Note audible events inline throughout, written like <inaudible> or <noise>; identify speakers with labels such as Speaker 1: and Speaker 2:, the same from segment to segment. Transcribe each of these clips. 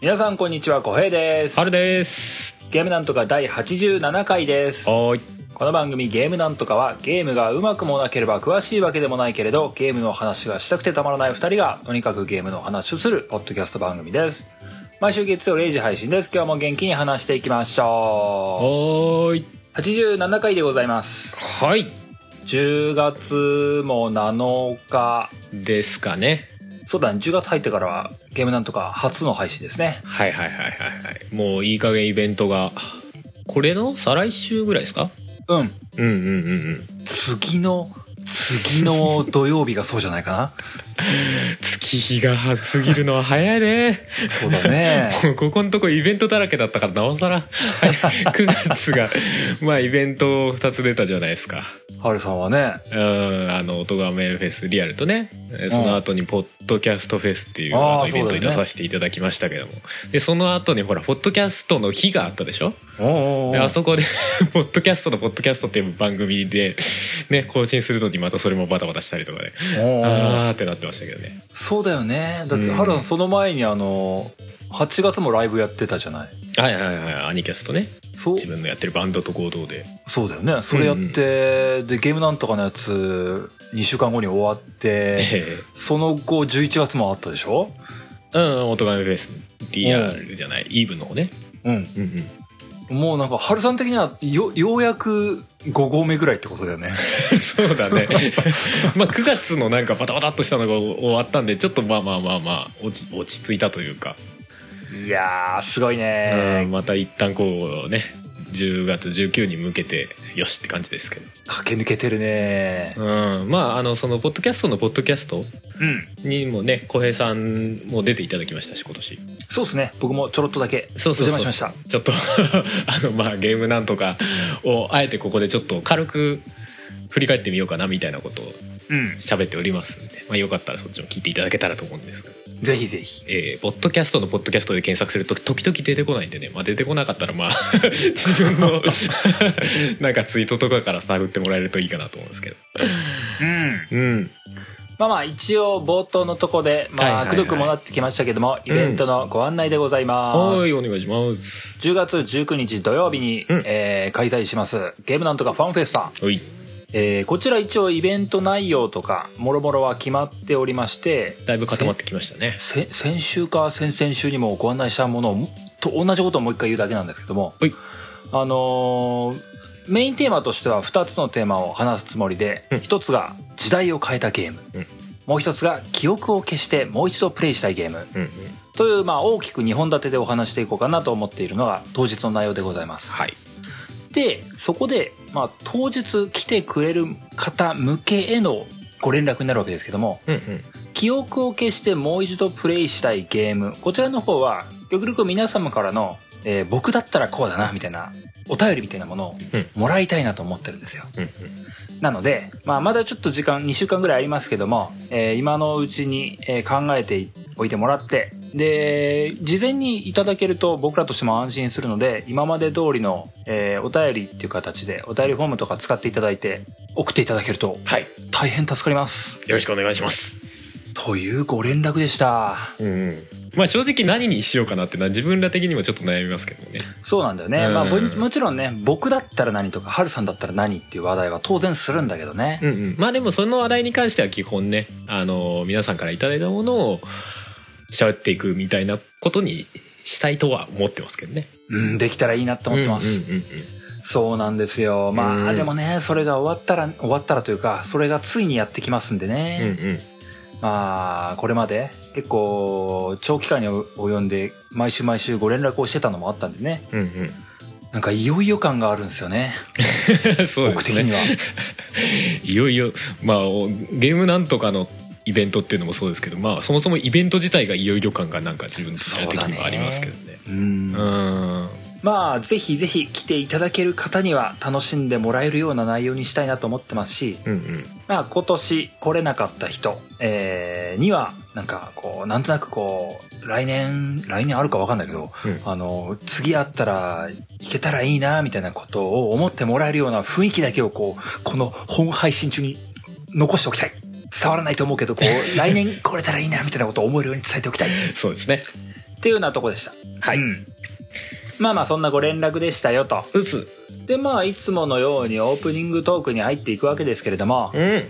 Speaker 1: 皆さんこんにちは小平です
Speaker 2: あるです
Speaker 1: ゲームなんとか第87回です
Speaker 2: はーい
Speaker 1: この番組ゲームなんとかはゲームがうまくもなければ詳しいわけでもないけれどゲームの話がしたくてたまらない2人がとにかくゲームの話をするポッドキャスト番組です毎週月曜0時配信です今日も元気に話していきましょ
Speaker 2: はーいう
Speaker 1: 87回でございます
Speaker 2: はい
Speaker 1: 10月も7日
Speaker 2: ですかね
Speaker 1: そうだね10月入ってからはゲームなんとか初の配信ですね
Speaker 2: はいはいはいはいはいもういい加減イベントがこれの再来週ぐらいですか
Speaker 1: うん
Speaker 2: うんうんうんうん
Speaker 1: 次の次の土曜日がそうじゃないか
Speaker 2: 月日が過ぎるのは早いね
Speaker 1: なそうだ <laughs> ね
Speaker 2: もうここのとこイベントだらけだったからなおさら9月がまあイベント2つ出たじゃないですか
Speaker 1: ハルさんはね
Speaker 2: うんあの音がめフェスリアルとねえ
Speaker 1: ん
Speaker 2: その後にポッドキャストフェスっていう
Speaker 1: あー
Speaker 2: あのイベント
Speaker 1: そうだよね
Speaker 2: に出させていただきましたけどもでその後にほらポッドキャストの日があったでしょ
Speaker 1: おうおうおう
Speaker 2: であそこで <laughs> ポッドキャストのポッドキャストっていう番組でね更新するのにまたそれもバタバタしたりとかで
Speaker 1: おうおう
Speaker 2: あーってなってましたけどね
Speaker 1: そうだよねだって
Speaker 2: うん
Speaker 1: ハルさんその前にあの8月もライブやってたじゃない
Speaker 2: はいはいはいアニキャストね
Speaker 1: そう
Speaker 2: 自分のやってるバンドと合同で
Speaker 1: そうだよねそれやって、でゲームなんとかのやつ2週間後に終わって
Speaker 2: ええ
Speaker 1: その後11月もあったでしょ
Speaker 2: <laughs> うん音がめフェスリアルじゃないイーブの方ね
Speaker 1: うん
Speaker 2: うんうん
Speaker 1: もうなんかハルさん的にはよようやく5合目ぐらいってことだよね
Speaker 2: <laughs> そうだねまあ9月のなんかバタバタっとしたのが終わったんでちょっとまあまあまあまあ落ち落ち着いたというか、
Speaker 1: <laughs> いやーすごいね
Speaker 2: うんまた一旦こうね10月19に向けてよしって感じですけど、
Speaker 1: 駆け抜けてるね
Speaker 2: うん、まああのそのポッドキャストのポッドキャスト
Speaker 1: うん
Speaker 2: にもね浩平さんも出ていただきましたし今年
Speaker 1: そうですね僕もちょろっとだけお
Speaker 2: そうそう
Speaker 1: 邪
Speaker 2: そう
Speaker 1: 魔しました
Speaker 2: ちょっと <laughs> あのまあゲームなんとかをあえてここでちょっと軽く振り返ってみようかなみたいなことを
Speaker 1: うん
Speaker 2: 喋っておりますんで、まあ、よかったらそっちも聞いていただけたらと思うんですが
Speaker 1: ぜひぜひ
Speaker 2: えーポッドキャストのポッドキャストで検索すると時々出てこないんでね、まあ、出てこなかったらまあ <laughs> 自分の <laughs> なんかツイートとかから探ってもらえるといいかなと思うんですけど
Speaker 1: うん
Speaker 2: うん
Speaker 1: まあまあ一応冒頭のとこで
Speaker 2: はい
Speaker 1: ま
Speaker 2: は
Speaker 1: あ
Speaker 2: いはい
Speaker 1: くどくもなってきましたけどもイベントのご案内でございます、
Speaker 2: はいお願いします
Speaker 1: 10月19日土曜日に、
Speaker 2: うん
Speaker 1: えー開催しますゲームなんとかファンフェスタ、
Speaker 2: おい
Speaker 1: えーこちら一応イベント内容とかもろもろは決まっておりまして
Speaker 2: だいぶ固まってきましたね
Speaker 1: せ先週か先々週にもご案内したものをもと同じことをもう一回言うだけなんですけども、
Speaker 2: はい
Speaker 1: あのーメインテーマとしては2つのテーマを話すつもりで、
Speaker 2: うん
Speaker 1: 1つが時代を変えたゲーム、
Speaker 2: うん
Speaker 1: もう1つが記憶を消してもう一度プレイしたいゲーム
Speaker 2: うんうん
Speaker 1: という、まあ、大きく2本立てでお話していこうかなと思っているのが当日の内容でございます。
Speaker 2: はい
Speaker 1: でそこで、まあ、当日来てくれる方向けへのご連絡になるわけですけども、
Speaker 2: うんうん
Speaker 1: 記憶を消してもう一度プレイしたいゲームこちらの方はよくよく皆様からの、えー僕だったらこうだなみたいなお便りみたいなものを
Speaker 2: うん
Speaker 1: もらいたいなと思ってるんですよ
Speaker 2: うんうん
Speaker 1: なので、まあ、まだちょっと時間2週間ぐらいありますけども、えー今のうちに、えー考えておいてもらってで事前にいただけると僕らとしても安心するので今まで通りの、えーお便りっていう形でお便りフォームとか使っていただいて送っていただけると
Speaker 2: はいよ
Speaker 1: 大変助かります
Speaker 2: ろしくお願いします
Speaker 1: というご連絡でした
Speaker 2: うんうんまあ正直何にしようかなってな自分ら的にもちょっと悩みますけどもね
Speaker 1: そうなんだよね、
Speaker 2: うん
Speaker 1: まあ、ぼもちろんね僕だったら何とかハルさんだったら何っていう話題は当然するんだけどね、
Speaker 2: うんうん、まあでもその話題に関しては基本ね、あの皆さんからいただいたものを喋っていくみたいなことにしたいとは思ってますけどね。
Speaker 1: うん、できたらいいなと思ってます、
Speaker 2: うんうんうんうん
Speaker 1: そうなんですよまあ、
Speaker 2: うん
Speaker 1: でもねそれが終わったら終わったらというかそれがついにやってきますんで
Speaker 2: うん
Speaker 1: ね、
Speaker 2: うん
Speaker 1: まあこれまで結構長期間に及んで毎週毎週ご連絡をしてたのもあったんでね
Speaker 2: うん
Speaker 1: なんかいよいよ感があるんですよね
Speaker 2: うん <laughs> そうで
Speaker 1: 僕的
Speaker 2: す
Speaker 1: に
Speaker 2: ね。
Speaker 1: はい
Speaker 2: よいよ、まあ、おゲームなんとかのイベントっていうのもそうですけど、まあ、そもそもイベント自体がいよいよ感がなんか自分的にはありますけどね。
Speaker 1: うん
Speaker 2: うん
Speaker 1: まあぜひぜひ来ていただける方には楽しんでもらえるような内容にしたいなと思ってますし
Speaker 2: うんうん
Speaker 1: まあ、今年来れなかった人、えーには、なんか、こう、なんとなくこう、来年、来年あるかわかんないけど、
Speaker 2: うん
Speaker 1: あの、次会ったら、行けたらいいな、みたいなことを思ってもらえるような雰囲気だけを、こう、この本配信中に残しておきたい。
Speaker 2: <laughs>
Speaker 1: 伝わらないと思うけど、こう、来年来れたらいいな、みたいなことを思えるように伝えておきたい。
Speaker 2: そうですね。
Speaker 1: っていうようなとこでした。
Speaker 2: はい
Speaker 1: うんまあまあそんなご連絡でしたよと。
Speaker 2: 打つ
Speaker 1: でまあいつものようにオープニングトークに入っていくわけですけれども
Speaker 2: う、んえ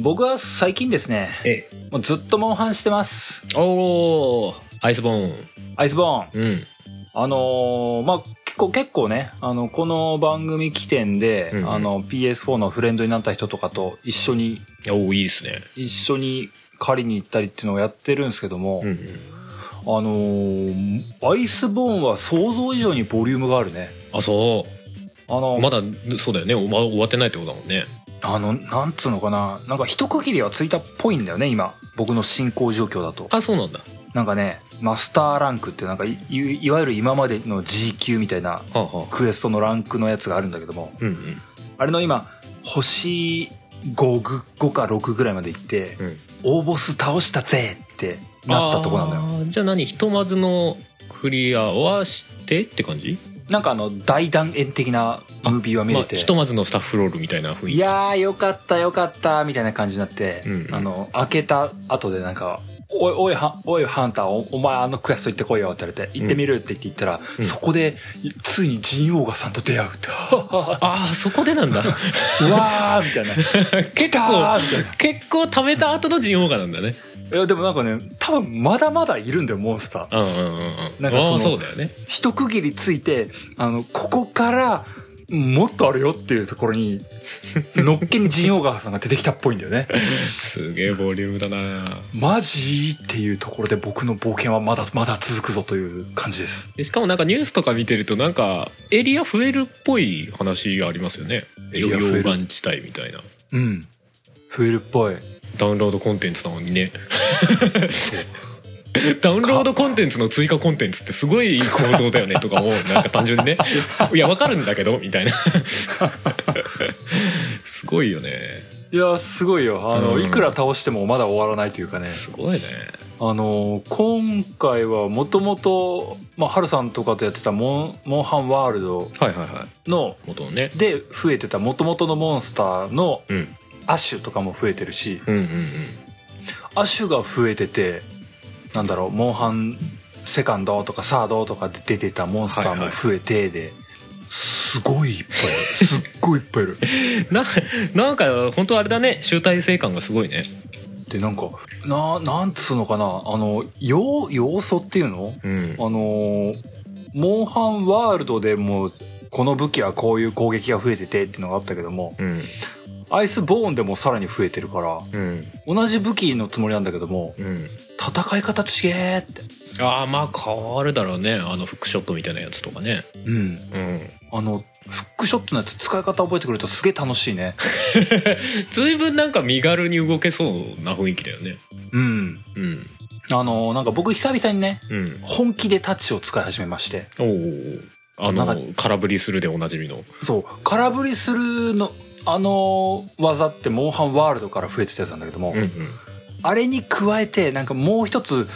Speaker 1: 僕は最近ですね、
Speaker 2: え
Speaker 1: もうずっとモンハンしてます。
Speaker 2: おーアイスボーン
Speaker 1: アイスボーン。
Speaker 2: うん
Speaker 1: あのーまあ結構結構ね、あの、この番組起点で、
Speaker 2: うんうん
Speaker 1: あの PS4 のフレンドになった人とかと一緒に、
Speaker 2: おおいいですね
Speaker 1: 一緒に狩りに行ったりっていうのをやってるんですけども、
Speaker 2: うんうん
Speaker 1: あのーアイスボーンは想像以上にボリュームがあるね。
Speaker 2: あそ
Speaker 1: あの、
Speaker 2: うまだそうだよねおま終わってないってことだもんね
Speaker 1: あの、なんつうのかな。なんか一区切りはついたっぽいんだよね、今。僕の進行状況だと。
Speaker 2: あそうなんだ
Speaker 1: なんかね、マスターランクってなんかい、いいわゆる今までの G 級みたいな
Speaker 2: はあはあ
Speaker 1: クエストのランクのやつがあるんだけども、
Speaker 2: うんうん
Speaker 1: あれの今、星5ぐ、5か6ぐらいまで行って、
Speaker 2: うん
Speaker 1: 大ボス倒したぜってなったとこなんだよ。
Speaker 2: よじゃあ何ひとまずのクリアはしてって感じ
Speaker 1: なんかあの、大断円的なムービーは見れて。
Speaker 2: まあ、ひとまずのスタッフロールみたいな雰囲気
Speaker 1: いやーよかったよかったみたいな感じになって、
Speaker 2: うんうん
Speaker 1: あの開けた後でなんか「おいおいはおいハンターおお前あのクエスト行ってこいよ」って言われて「行ってみる」って言って行ったら、
Speaker 2: うん
Speaker 1: そこでついにジンオーガさんと出会う
Speaker 2: <laughs>
Speaker 1: って「
Speaker 2: ああそこでなんだ <laughs>
Speaker 1: うわー」みたいな「来
Speaker 2: 結
Speaker 1: た
Speaker 2: 構
Speaker 1: ー」みたいな
Speaker 2: 結構食べた後のジンオーガなんだね
Speaker 1: いやでもなんかね多分まだまだいるんだよモンスター
Speaker 2: うんうんうんうん
Speaker 1: なんかその
Speaker 2: ああそうだよね
Speaker 1: 一区切りついてあのここからもっとあるよっていうところにのっけにジンオーガさんが出てきたっぽいんだよね
Speaker 2: すげえボリュームだな
Speaker 1: マジっていうところで僕の冒険はまだまだ続くぞという感じです。
Speaker 2: でしかもなんかニュースとか見てるとなんかエリア増えるっぽい話がありますよね
Speaker 1: エリア増える
Speaker 2: 溶岩地帯みたいな
Speaker 1: うん。増えるっぽい。
Speaker 2: ダウンロードコンテンツなのにねダウンロードコンテンツの追加コンテンツってすごいいい構造だ <laughs> よねとかもうなんか単純にねいやわかるんだけどみたいなすごいよね
Speaker 1: いや、すごいよ。あの、
Speaker 2: うん
Speaker 1: いくら倒してもまだ終わらないというかね。
Speaker 2: すごいね
Speaker 1: あの、今回はもともと、まあ、ハルさんとかとやってたモン、モンハンワールド
Speaker 2: はいはいはい
Speaker 1: の、
Speaker 2: 元のね
Speaker 1: で増えてた元々のモンスターの
Speaker 2: うん
Speaker 1: アッシュとかも増えてるし、
Speaker 2: うんうんうん
Speaker 1: アッシュが増えてて、なんだろう、モンハンセカンドとかサードとかで出てたモンスターも増えてで、すごいいっぱいいる。すっごいいっぱいいる。
Speaker 2: ななんか本当あれだね集大成感がすごいね
Speaker 1: で、なんか、な、なんつうのかな、あの、要、要素っていうの
Speaker 2: うん
Speaker 1: あのー、モンハンワールドでも、この武器はこういう攻撃が増えててっていうのがあったけども、
Speaker 2: うん
Speaker 1: アイスボーンでもさらに増えてるから、
Speaker 2: うん
Speaker 1: 同じ武器のつもりなんだけども、
Speaker 2: うん
Speaker 1: 戦い方ちげーって。
Speaker 2: ああまあ変わるだろうねあのフックショットみたいなやつとかね
Speaker 1: うん。
Speaker 2: うん
Speaker 1: あの、フックショットのやつ使い方覚えてくれるとすげえ楽しいね。
Speaker 2: 随分なんか身軽に動けそうな雰囲気だよね
Speaker 1: うん。
Speaker 2: うん
Speaker 1: あの、なんか僕久々にね、
Speaker 2: うん
Speaker 1: 本気でタッチを使い始めまして。
Speaker 2: おおあ
Speaker 1: な
Speaker 2: の
Speaker 1: ん
Speaker 2: 空振りするでおなじみの
Speaker 1: そう、空振りするの、あの技ってモンハンワールドから増えてたやつなんだけども、
Speaker 2: うんうん
Speaker 1: あれに加えて、なんかもう一つ、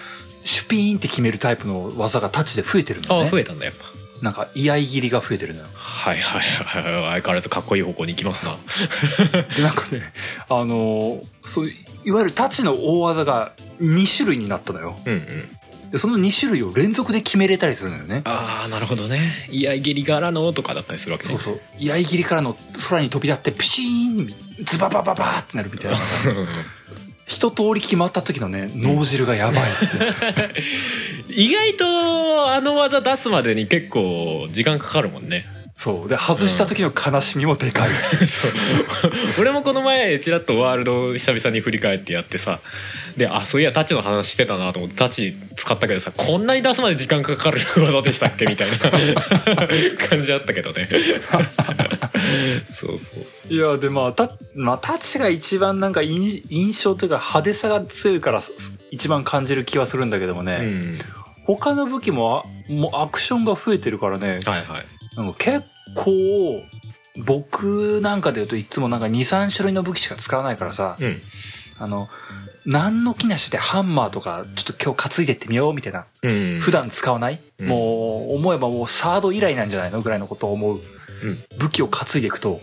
Speaker 1: シュピーンって決めるタイプの技がタッチで増えてるんだ
Speaker 2: あ
Speaker 1: よ
Speaker 2: あ
Speaker 1: ね。
Speaker 2: 増えたんだやっぱ
Speaker 1: なんか、居合切りが増えてるのよ。
Speaker 2: はいはいはいはい相変わらずかっこいい方向に行きますな
Speaker 1: で、なんかね、あのそう、いわゆるタッチの大技が2種類になったのよ。
Speaker 2: うんうん
Speaker 1: で、その2種類を連続で決めれたりするのよね。
Speaker 2: ああなるほどねいやゲリからのとかだったりするわけ
Speaker 1: そ
Speaker 2: ね
Speaker 1: うそう。居合切りからの空に飛び立って、ピシーン、ズババババーってなるみたいな。
Speaker 2: うんうん
Speaker 1: 一通り決まった時のね、脳汁がやばいって。 <laughs>
Speaker 2: 意外とあの技出すまでに結構時間かかるもんね
Speaker 1: そう。で、外した時の悲しみもでかい。
Speaker 2: そう <laughs> 俺もこの前ちらっとワールドを久々に振り返ってやってさであそういやタッチの話してたなと思ってタッチ使ったけどさこんなに出すまで時間かかる技でしたっけみ <laughs> たいな感じあったけどねそうそうそ
Speaker 1: いや、で、まあ、た、まあ、タッチが一番なんか印印象というか派手さが強いから、一番感じる気はするんだけども
Speaker 2: う、う
Speaker 1: ね。
Speaker 2: ん、
Speaker 1: 他の武器もあ、もうアクションが増えてるからね。
Speaker 2: はいはい
Speaker 1: なんか結構、僕なんかで言うといつもなんか2、3種類の武器しか使わないからさ、
Speaker 2: うん
Speaker 1: あの、何の気なしでハンマーとか、ちょっと今日担いでってみようみたいな
Speaker 2: うん
Speaker 1: 普段使わない、
Speaker 2: うん
Speaker 1: もう思えばもうサード以来なんじゃないのぐらいのことを思う、
Speaker 2: ん
Speaker 1: 武器を担いでいくと、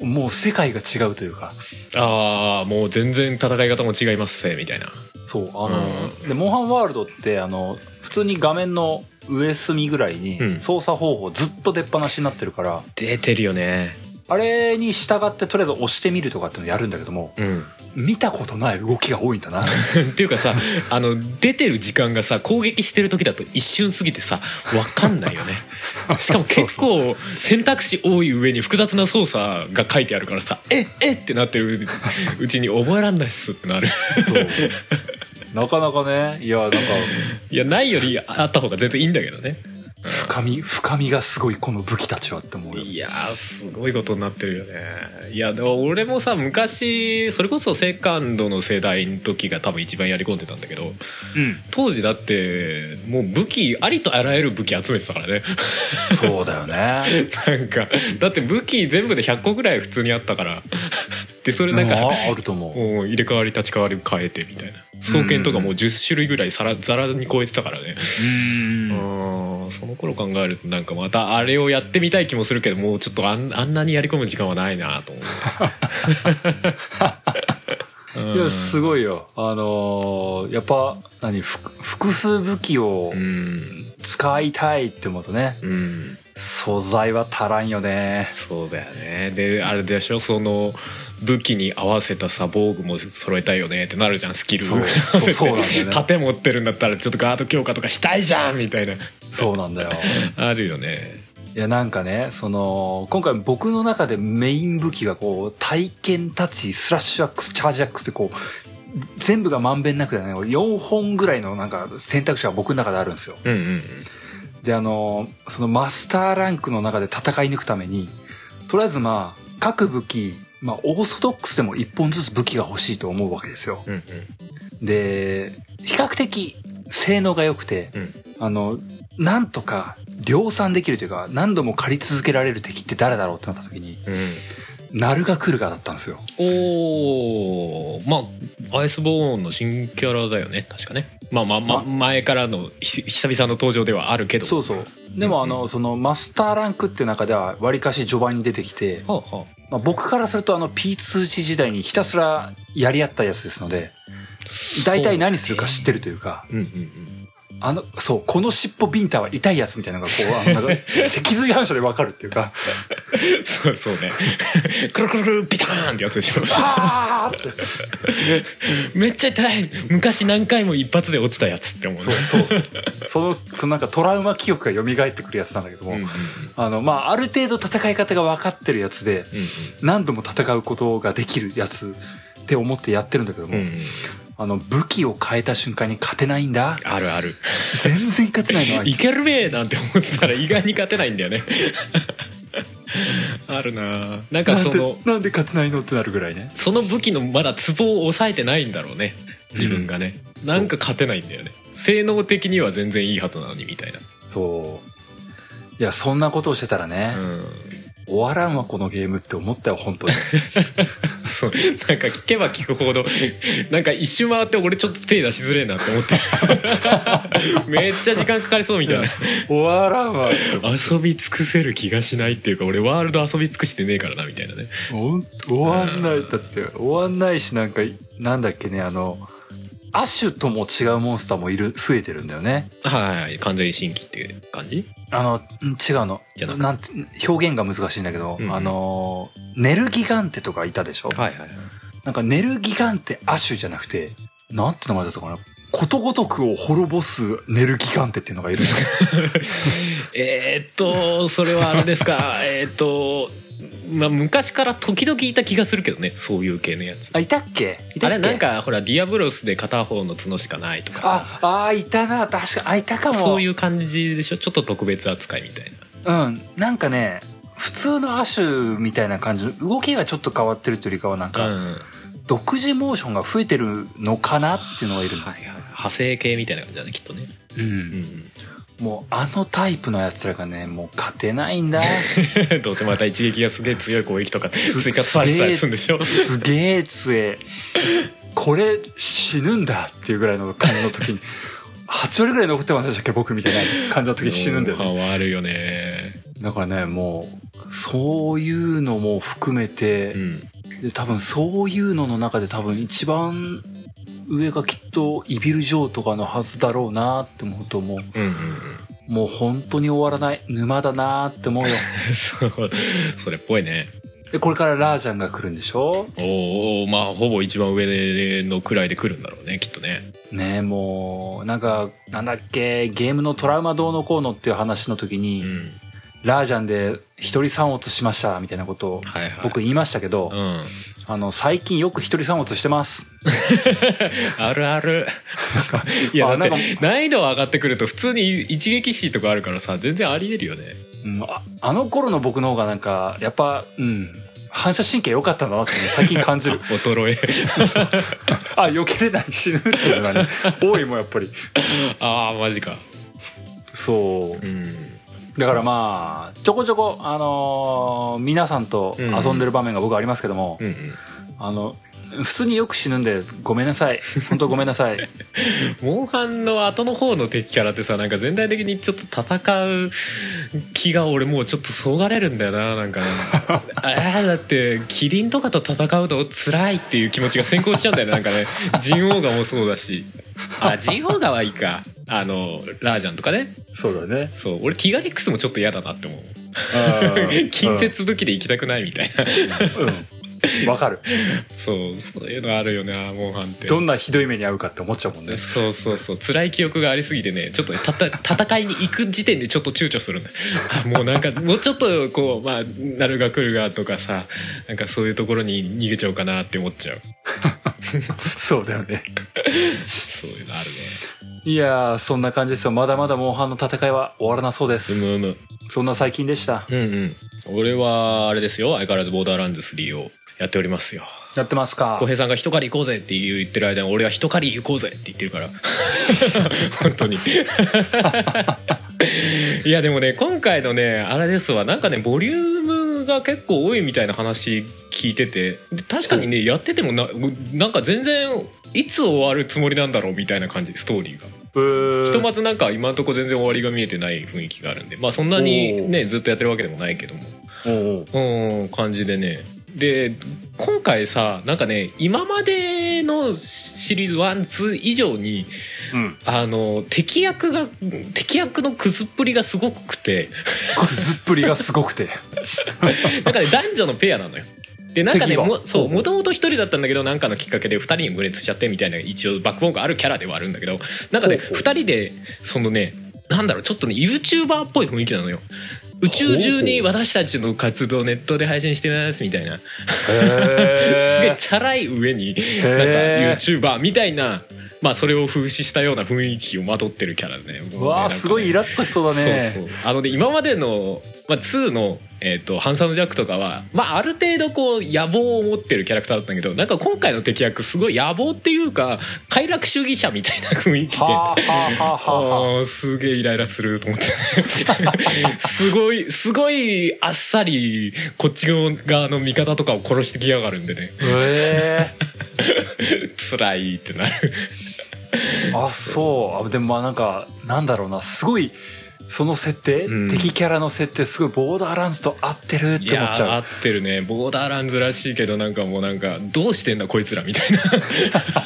Speaker 1: もう世界が違うというか
Speaker 2: ああもう全然戦い方も違いますせみたいな
Speaker 1: そうあの、
Speaker 2: う
Speaker 1: でモンハンワールドってあの通に画面の上隅ぐらい
Speaker 2: うん
Speaker 1: に操作方法ずっと出っ放しになってるから、
Speaker 2: 出てるよね
Speaker 1: あれに従ってとりあえず押してみるとかっていうのやるんだけども
Speaker 2: うん
Speaker 1: 見たことない動きが多いんだ
Speaker 2: <laughs>
Speaker 1: な
Speaker 2: っていうかさあの出てる時間がさ攻撃してる時だと一瞬過ぎてさ分かんないよねしかも結構選択肢多い上に複雑な操作が書いてあるからさ「ええっ!」ってなってるうちに覚えらんないっすってなる <laughs>
Speaker 1: そう <laughs> なかなかねいやなんか
Speaker 2: いやないよりあった方が全然いいんだけどね
Speaker 1: 深み深みがすごいこの武器たちはって思うよ
Speaker 2: いやーすごいことになってるよねいやでも俺もさ昔それこそセカンドの世代の時が多分一番やり込んでたんだけど
Speaker 1: うん
Speaker 2: 当時だってもう武器ありとあらゆる武器集めてたからね
Speaker 1: そうだよね
Speaker 2: なんかだって武器全部で100個ぐらい普通にあったから <laughs> でそれ <laughs> なん
Speaker 1: うん
Speaker 2: か
Speaker 1: ああると思う
Speaker 2: もう入れ替わり立ち替わり変えてみたいな双剣とかもう10種類ぐらいさらざらに超えてたからね
Speaker 1: うん
Speaker 2: うんその頃考えるとなんかまたあれをやってみたい気もするけどもうちょっとあんあんなにやり込む時間はないなと思
Speaker 1: <laughs> い
Speaker 2: ううん
Speaker 1: や、すごいよ。あのーやっぱ、何、ふ複数武器を
Speaker 2: うん
Speaker 1: 使いたいって思うとね、
Speaker 2: うん
Speaker 1: 素材は足らんよね。
Speaker 2: そうだよねであれでしょその武器に合わせたさ防具も揃えたいよねってなるじゃんスキル
Speaker 1: そうそう
Speaker 2: <laughs>
Speaker 1: そうなんだよね
Speaker 2: 盾持ってるんだったらちょっとガード強化とかしたいじゃんみたいな
Speaker 1: そうなん
Speaker 2: <laughs>
Speaker 1: だよ。
Speaker 2: あるよね
Speaker 1: いや、なんかね、その、今回僕の中でメイン武器がこう、体験タッチ、スラッシュアックス、チャージアックスってこう、全部がまんべんなくだね、4本ぐらいのなんか選択肢が僕の中であるんですよ。
Speaker 2: うんうん
Speaker 1: であのそのマスターランクの中で戦い抜くためにとりあえずまあ各武器まあオーソドックスでも一本ずつ武器が欲しいと思うわけですよ
Speaker 2: うんうん
Speaker 1: で比較的性能が良くて
Speaker 2: うん
Speaker 1: あのなんとか量産できるというか何度も借り続けられる敵って誰だろうってなった時に
Speaker 2: うん
Speaker 1: ナルガクルガだったんですよ
Speaker 2: おーまあアイスボーンの新キャラだよね確かねまあまあ、まあ、前からのひ久々の登場ではあるけど
Speaker 1: そうそうでもあのそのマスターランクって中ではわりかし序盤に出てきて
Speaker 2: はあはあ
Speaker 1: まあ、僕からするとあの P2C 時代にひたすらやり合ったやつですので大体何するか知ってるというか
Speaker 2: うんうんうん
Speaker 1: あのそうこの尻尾ビンタは痛いやつみたいなのがこうあの
Speaker 2: <laughs>
Speaker 1: なんか脊髄反射で分かるっていうか
Speaker 2: <laughs> そうそうね <laughs> くるくるくるピターンってやつでしょ
Speaker 1: あーって
Speaker 2: めっちゃ痛い昔何回も一発で落ちたやつって思うね
Speaker 1: そうそうそのそのなんかトラウマ記憶が蘇ってくるやつなんだけども、
Speaker 2: うんうんうん
Speaker 1: あのまあある程度戦い方が分かってるやつで何度も戦うことができるやつって思ってやってるんだけども、
Speaker 2: うんうんうん
Speaker 1: あの武器を変えた瞬間に勝てないんだ
Speaker 2: あるある
Speaker 1: 全然勝てないのあい
Speaker 2: い
Speaker 1: つ
Speaker 2: けるべーなんて思ってたら意外に勝てないんだよね <laughs> あるなあなんかその
Speaker 1: なんで勝てないのってなるぐらいね
Speaker 2: その武器のまだツボを抑えてないんだろうね自分がね、なんか勝てないんだよね性能的には全然いいはずなのにみたいな、
Speaker 1: そういやそんなことをしてたらね、
Speaker 2: うん、
Speaker 1: 終わらんわこのゲームって思ったよ本当に
Speaker 2: そうなんか聞けば聞くほどなんか一周回って俺ちょっと手出しづれえなって思ってる <laughs> めっちゃ時間かかりそうみたいな
Speaker 1: <laughs> 終わらんわ
Speaker 2: 遊び尽くせる気がしないっていうか俺ワールド遊び尽くしてねえからなみたいなね
Speaker 1: ほんと終わんないだって終わんないしなんかなんだっけねあのアシュとも違うモンスターもいる増えてるんだよね
Speaker 2: はいはい完全に新規っていう感じ
Speaker 1: あのん違うの
Speaker 2: じゃなく
Speaker 1: なんて表現が難しいんだけど、
Speaker 2: うんうん
Speaker 1: あのネルギガンテとかいたでしょ、
Speaker 2: はいはい
Speaker 1: なんかネルギガンテアシュじゃなくてなんて名前だったかなことごとくを滅ぼすネルギガンテっていうのがいるんだよ
Speaker 2: えーっとそれはあれですかえーっとまあ昔から時々いた気がするけどねそういう系のやつ
Speaker 1: <laughs> あ、いたっけいたっけ
Speaker 2: あれなんかほらディアブロスで片方の角しかないとかさ
Speaker 1: あ、あーいたな、確か、あ、いたかも。
Speaker 2: そういう感じでしょちょっと特別扱いみたいな
Speaker 1: うん、なんかね、普通のアシュみたいな感じの、動きがちょっと変わってるというよりかは、なんか、
Speaker 2: うん、はい
Speaker 1: 独自モーションが増えてるのかなっていうのがいるの。
Speaker 2: はい、派生系みたいな感じだねきっとね、
Speaker 1: う。
Speaker 2: うんん
Speaker 1: もう、あのタイプのやつらがね、もう勝てないんだ。
Speaker 2: うん、 <laughs> どうせまた一撃がすげえ強い攻撃とか追加されたりするんでしょ
Speaker 1: すげえ強え。これ、死ぬんだっていうぐらいの感じの時に、8割ぐらい残ってませんでしたっけ僕みたいな感じの時に死ぬんだよね。
Speaker 2: うんあるよね
Speaker 1: だからね、もう、そういうのも含めて、
Speaker 2: うん
Speaker 1: で多分そういうのの中で多分一番上がきっとイビル・ジョーとかのはずだろうなって思うとも
Speaker 2: うんうんうん
Speaker 1: うもう本当に終わらない沼だなって思うよ
Speaker 2: <laughs> そうそれっぽいね
Speaker 1: でこれからラージャンが来るんでしょ
Speaker 2: おーおーまあほぼ一番上のくらいで来るんだろうねきっとね
Speaker 1: ねえもうなんかなんだっけゲームのトラウマどうのこうのっていう話の時に、
Speaker 2: うん
Speaker 1: ラージャンで一人三落しましたみたいなことを
Speaker 2: はいはい
Speaker 1: 僕言いましたけど、
Speaker 2: うん
Speaker 1: あの最近よく一人三落してます
Speaker 2: あるある <laughs> いや
Speaker 1: あ
Speaker 2: だっ
Speaker 1: なん
Speaker 2: て難易度が上がってくると普通に一撃死とかあるからさ全然ありえるよね
Speaker 1: うんああの頃の僕の方がなんかやっぱうん反射神経良かったんだなっていうのを最近感
Speaker 2: <laughs>
Speaker 1: じる
Speaker 2: 衰え
Speaker 1: あ避けれない死ぬっていうのが
Speaker 2: <laughs>
Speaker 1: ね多いもんやっぱり
Speaker 2: ああマジか
Speaker 1: そ
Speaker 2: うん
Speaker 1: うだからまあちょこちょこあのー皆さんと遊んでる場面が僕はありますけども、
Speaker 2: うんうん
Speaker 1: あの普通によく死ぬんでごめんな <laughs> さい本当ごめんなさい
Speaker 2: モンハンの後の方の敵キャラってさなんか全体的にちょっと戦う気が俺もうちょっとそがれるんだよななんか <laughs> ああだってキリンとかと戦うと辛いっていう気持ちが先行しちゃうんだよねなんかね人王ガもそうだしあ人王ガはいいかあのラージャンとかね
Speaker 1: そうだね
Speaker 2: そう俺ティガリックスもちょっと嫌だなって思う近
Speaker 1: 近
Speaker 2: 接武器で行きたくないみたいな
Speaker 1: うんわかる
Speaker 2: そうそういうのあるよなモンハンって
Speaker 1: どんなひどい目に遭うかって思っちゃうもんね
Speaker 2: <laughs> そうそうそう辛い記憶がありすぎてねちょっとねたた戦いに行く時点でちょっと躊躇するんだあもうなんか <laughs> もうちょっとこうまあなるが来るがとかさなんかそういうところに逃げちゃおうかなって思っちゃう
Speaker 1: <laughs> そうだよね
Speaker 2: そういうのあるね
Speaker 1: いやーそんな感じですよまだまだモンハンの戦いは終わらなそうです、
Speaker 2: うむうむ
Speaker 1: そんな最近でした
Speaker 2: うんうん俺はあれですよ相変わらずボーダーランズ3をやっておりますよ
Speaker 1: やってますか
Speaker 2: 浩平さんが「一狩り行こうぜ」って言ってる間に俺は「一狩り行こうぜ」って言って
Speaker 1: <laughs>
Speaker 2: るから本当にいやでもね今回のねあれですわなんかねボリュームが結構多いみたいな話聞いててで確かにねやっててもななんか全然いつ終わるつもりなんだろうみたいな感じストーリーが
Speaker 1: うーん
Speaker 2: ひとまずなんか今のとこ全然終わりが見えてない雰囲気があるんでまあそんなにねずっとやってるわけでもないけども
Speaker 1: おうおう
Speaker 2: うん感じでねで今回さなんかね今までのシリーズ12以上に
Speaker 1: うん
Speaker 2: あの敵役が敵役のくずっぷりがすごくて <laughs>
Speaker 1: くずっぷりがすごくて
Speaker 2: なんかね男女のペアなのよ。でなんか
Speaker 1: 敵
Speaker 2: ね
Speaker 1: は
Speaker 2: も
Speaker 1: ほ
Speaker 2: そう
Speaker 1: うほう
Speaker 2: もともと1人だったんだけどなんかのきっかけで2人に分裂しちゃってみたいな一応バックボーンがあるキャラではあるんだけどなんかね
Speaker 1: ほうほう
Speaker 2: 2人でそのねなんだろうちょっとね YouTuber っぽい雰囲気なのよ。宇宙中に
Speaker 1: ほ
Speaker 2: 私たちの活動をネットで配信してますみたいなすげえ
Speaker 1: へ
Speaker 2: チャラい上に
Speaker 1: ー
Speaker 2: なんか
Speaker 1: へ
Speaker 2: YouTuber みたいな、まあ、それを風刺したような雰囲気をまとってるキャラでね。
Speaker 1: ーわあすごいイ
Speaker 2: ラ
Speaker 1: ラッとしそうだね
Speaker 2: そうそうあのね今までの、まあ、2の、えーと「ハンサム・ジャック」とかは、まあ、ある程度こう野望を持ってるキャラクターだったんだけどなんか今回の敵役すごい野望っていうか快楽主義者みたいな雰囲気で。
Speaker 1: はあはあはあはあ
Speaker 2: あーすげえイライラすると
Speaker 1: <laughs>
Speaker 2: 思ってねすごいすごいあっさりこっち側の味方とかを殺してきやがるんでね
Speaker 1: へ
Speaker 2: 辛いってなる
Speaker 1: えあそうあでもまあなんかなんだろうなすごいその設定、
Speaker 2: うん
Speaker 1: 敵キャラの設定すごいボーダーランズと合ってるっ
Speaker 2: い
Speaker 1: て
Speaker 2: や
Speaker 1: 思っち
Speaker 2: ー合
Speaker 1: ゃう
Speaker 2: ってるねボーダーランズらしいけどなんかもうなんかどうしてんだこいつらみた <laughs> い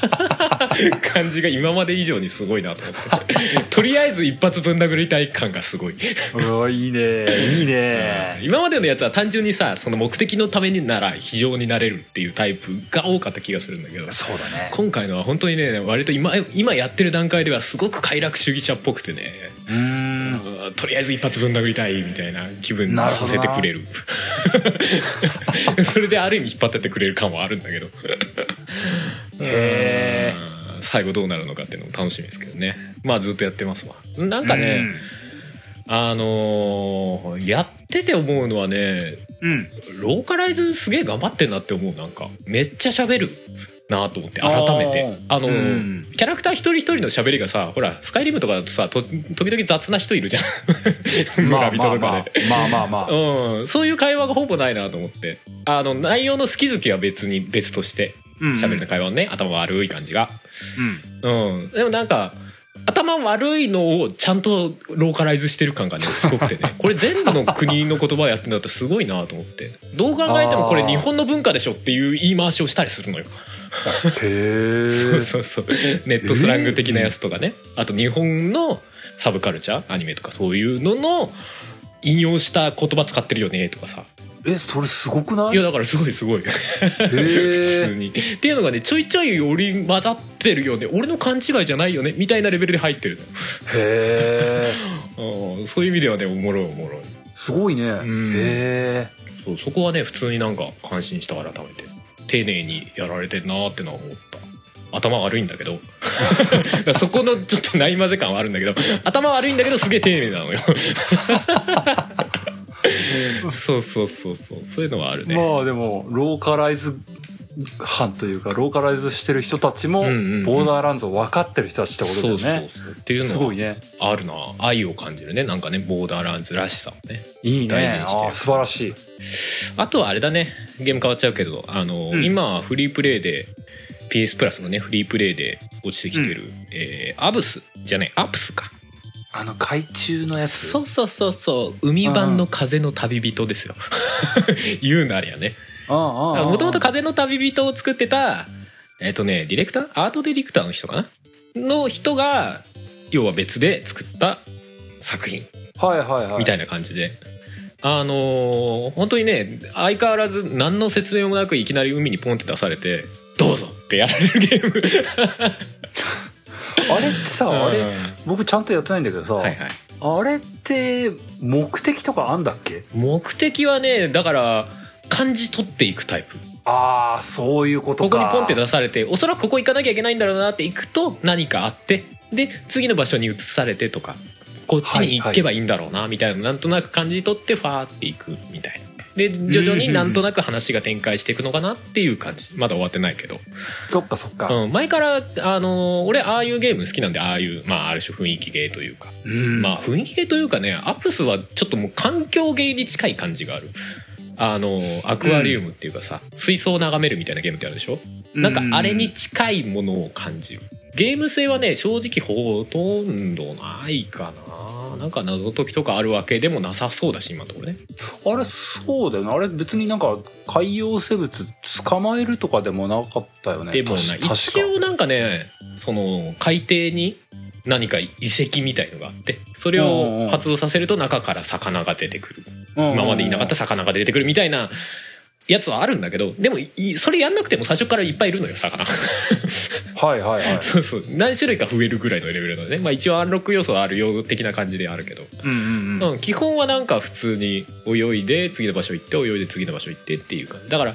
Speaker 2: な感じが今まで以上にすごいなと思ってとりあえず一発ぶん殴りたい感がすごい、
Speaker 1: うわいいねいい
Speaker 2: うん
Speaker 1: ね
Speaker 2: 今までのやつは単純にさその目的のためになら非常になれるっていうタイプが多かった気がするんだけど
Speaker 1: そうだね
Speaker 2: 今回のは本当にね割と今今やってる段階ではすごく快楽主義者っぽくてね
Speaker 1: うーん
Speaker 2: うんとりあえず一発ぶん殴りたいみたいな気分に
Speaker 1: な
Speaker 2: さ
Speaker 1: るほどな
Speaker 2: せてくれる <laughs> それである意味引っ張ってってくれる感はあるんだけど
Speaker 1: へえ
Speaker 2: うん最後どうなるのかっていうのも楽しみですけどねまあずっとやってますわなんかね、あのーやってて思うのはね
Speaker 1: うん、うん
Speaker 2: ローカライズすげえ頑張ってんなって思うなんかめっちゃ喋るなと思って改めてあのー
Speaker 1: うん
Speaker 2: キャラクター一人一人の喋りがさほらスカイリムとかだとさと時々雑な人いるじゃん村人とかで、
Speaker 1: まあまあまあまあまあまあ
Speaker 2: うん、そういう会話がほぼないなと思ってあの内容の好き好きは別に別として
Speaker 1: うん
Speaker 2: 喋る会話のね、頭悪い感じが、
Speaker 1: うん
Speaker 2: うん、でもなんか頭悪いのをちゃんとローカライズしてる
Speaker 1: <laughs>
Speaker 2: 感がねすごくてねこれ全部の国の言葉やってんだったらすごいなと思ってどう考えてもこれ日本の文化でしょっていう言い回しをしたりするのよ
Speaker 1: へえ。
Speaker 2: そうそうそうネットスラング的なやつとかね、あと日本のサブカルチャーアニメとかそういうのの引用した言葉使ってるよねとかさ
Speaker 1: え、それすごくない
Speaker 2: いやだからすごいすごい
Speaker 1: へ
Speaker 2: 普通
Speaker 1: え。
Speaker 2: に。っていうのがねちょいちょい織り混ざってるよね俺の勘違いじゃないよねみたいなレベルで入ってる
Speaker 1: へえ。
Speaker 2: のうんそういう意味ではねおもろいおもろい
Speaker 1: すごいね。へ
Speaker 2: ん
Speaker 1: え。
Speaker 2: そうそこはね普通になんか感心した改めて丁寧にやられてんなーってのは思った頭悪いんだけど <laughs> だからそこのちょっとない混ぜ感はあるんだけど頭悪いんだけどすげえ丁寧な
Speaker 1: <laughs>
Speaker 2: のよそうそうそうそうそういうのはあるね、
Speaker 1: まあでも、ローカライズ班というか、ローカライズしてる人たちも、ボ
Speaker 2: うんうんうん
Speaker 1: ーダーランズを分かってる人たちってことだ
Speaker 2: そう
Speaker 1: よ
Speaker 2: そう
Speaker 1: ね。
Speaker 2: そうっていう
Speaker 1: す
Speaker 2: のは
Speaker 1: ごいね。
Speaker 2: あるな愛を感じるねなんかねボーダーランズらしさをね
Speaker 1: いい
Speaker 2: 大事
Speaker 1: ね。
Speaker 2: にしてる
Speaker 1: ああ、素晴らしい。
Speaker 2: あとはあれだねゲーム変わっちゃうけどあの、
Speaker 1: うん
Speaker 2: 今はフリープレイで PS プラスのねフリープレイで落ちてきてる、えーアブスじゃないアプスか
Speaker 1: あの、海中のやつ。
Speaker 2: そうそうそうそう海版の風の旅人 <laughs> ですよ言うなりゃね
Speaker 1: ああああああ
Speaker 2: もともと風の旅人を作ってたえっ、とねディレクターアートディレクターの人かなの人が要は別で作った作品
Speaker 1: はいはいはい。
Speaker 2: みた
Speaker 1: い
Speaker 2: いな感じで。あのー本当にね相変わらず何の説明もなくいきなり海にポンって出されて「どうぞ!」ってやられるゲーム
Speaker 1: な。あれってさ、あ
Speaker 2: うん
Speaker 1: れ、
Speaker 2: は
Speaker 1: 僕ちゃんとやってないんだけどさ、
Speaker 2: いはい、
Speaker 1: あれって、目的とかあんだっけ
Speaker 2: 目的はねだから感じ取っていくタイプ
Speaker 1: ああ、そういうこと
Speaker 2: ここ
Speaker 1: か。
Speaker 2: にポンって出されておそらくここ行かなきゃいけないんだろうなって行くと何かあってで次の場所に移されてとかこっちに行けばいいんだろうなみたいな、なんとなく感じ取ってファーって行くみたいな。で徐々になんとなく話が展開していくのかなっていう感じまだ終わってないけど
Speaker 1: そっかそっか。
Speaker 2: うん、前から、あのー俺ああいうゲーム好きなんでああいう、まあ、ある種雰囲気ゲーというか、
Speaker 1: うん。
Speaker 2: まあ雰囲気ゲーというかねアプスはちょっともう環境ゲーに近い感じがある。あのーアクアリウムっていうかさ、水槽を眺めるみたいなゲームってあるでしょ、
Speaker 1: う
Speaker 2: なんかあれに。近いものを感じるゲーム性はね正直ほとんどないかななんか謎解きとかあるわけでもなさそうだし今のところね
Speaker 1: あれ、そうだよね。あれ別になんか、海洋生物捕まえるとかでもなかったよね。
Speaker 2: でもな
Speaker 1: 確確か
Speaker 2: 一応なんかねその海底に何か遺跡みたいのがあってそれ
Speaker 1: うんうん
Speaker 2: を発動させると中から魚が出てくる
Speaker 1: うん
Speaker 2: 今までいなかった魚が出てくるみたいなやつはあるんだけどでもいそれやんなくても最初からいっぱいいるのよ魚 <laughs>
Speaker 1: はいはいはい。
Speaker 2: そうそう何種類か増えるぐらいのレベルなのねまあ一応アンロック要素はあるよう的な感じではあるけど、
Speaker 1: うんうんうん。
Speaker 2: うん、基本はなんか普通に泳いで次の場所行って泳いで次の場所行ってっていう感じだから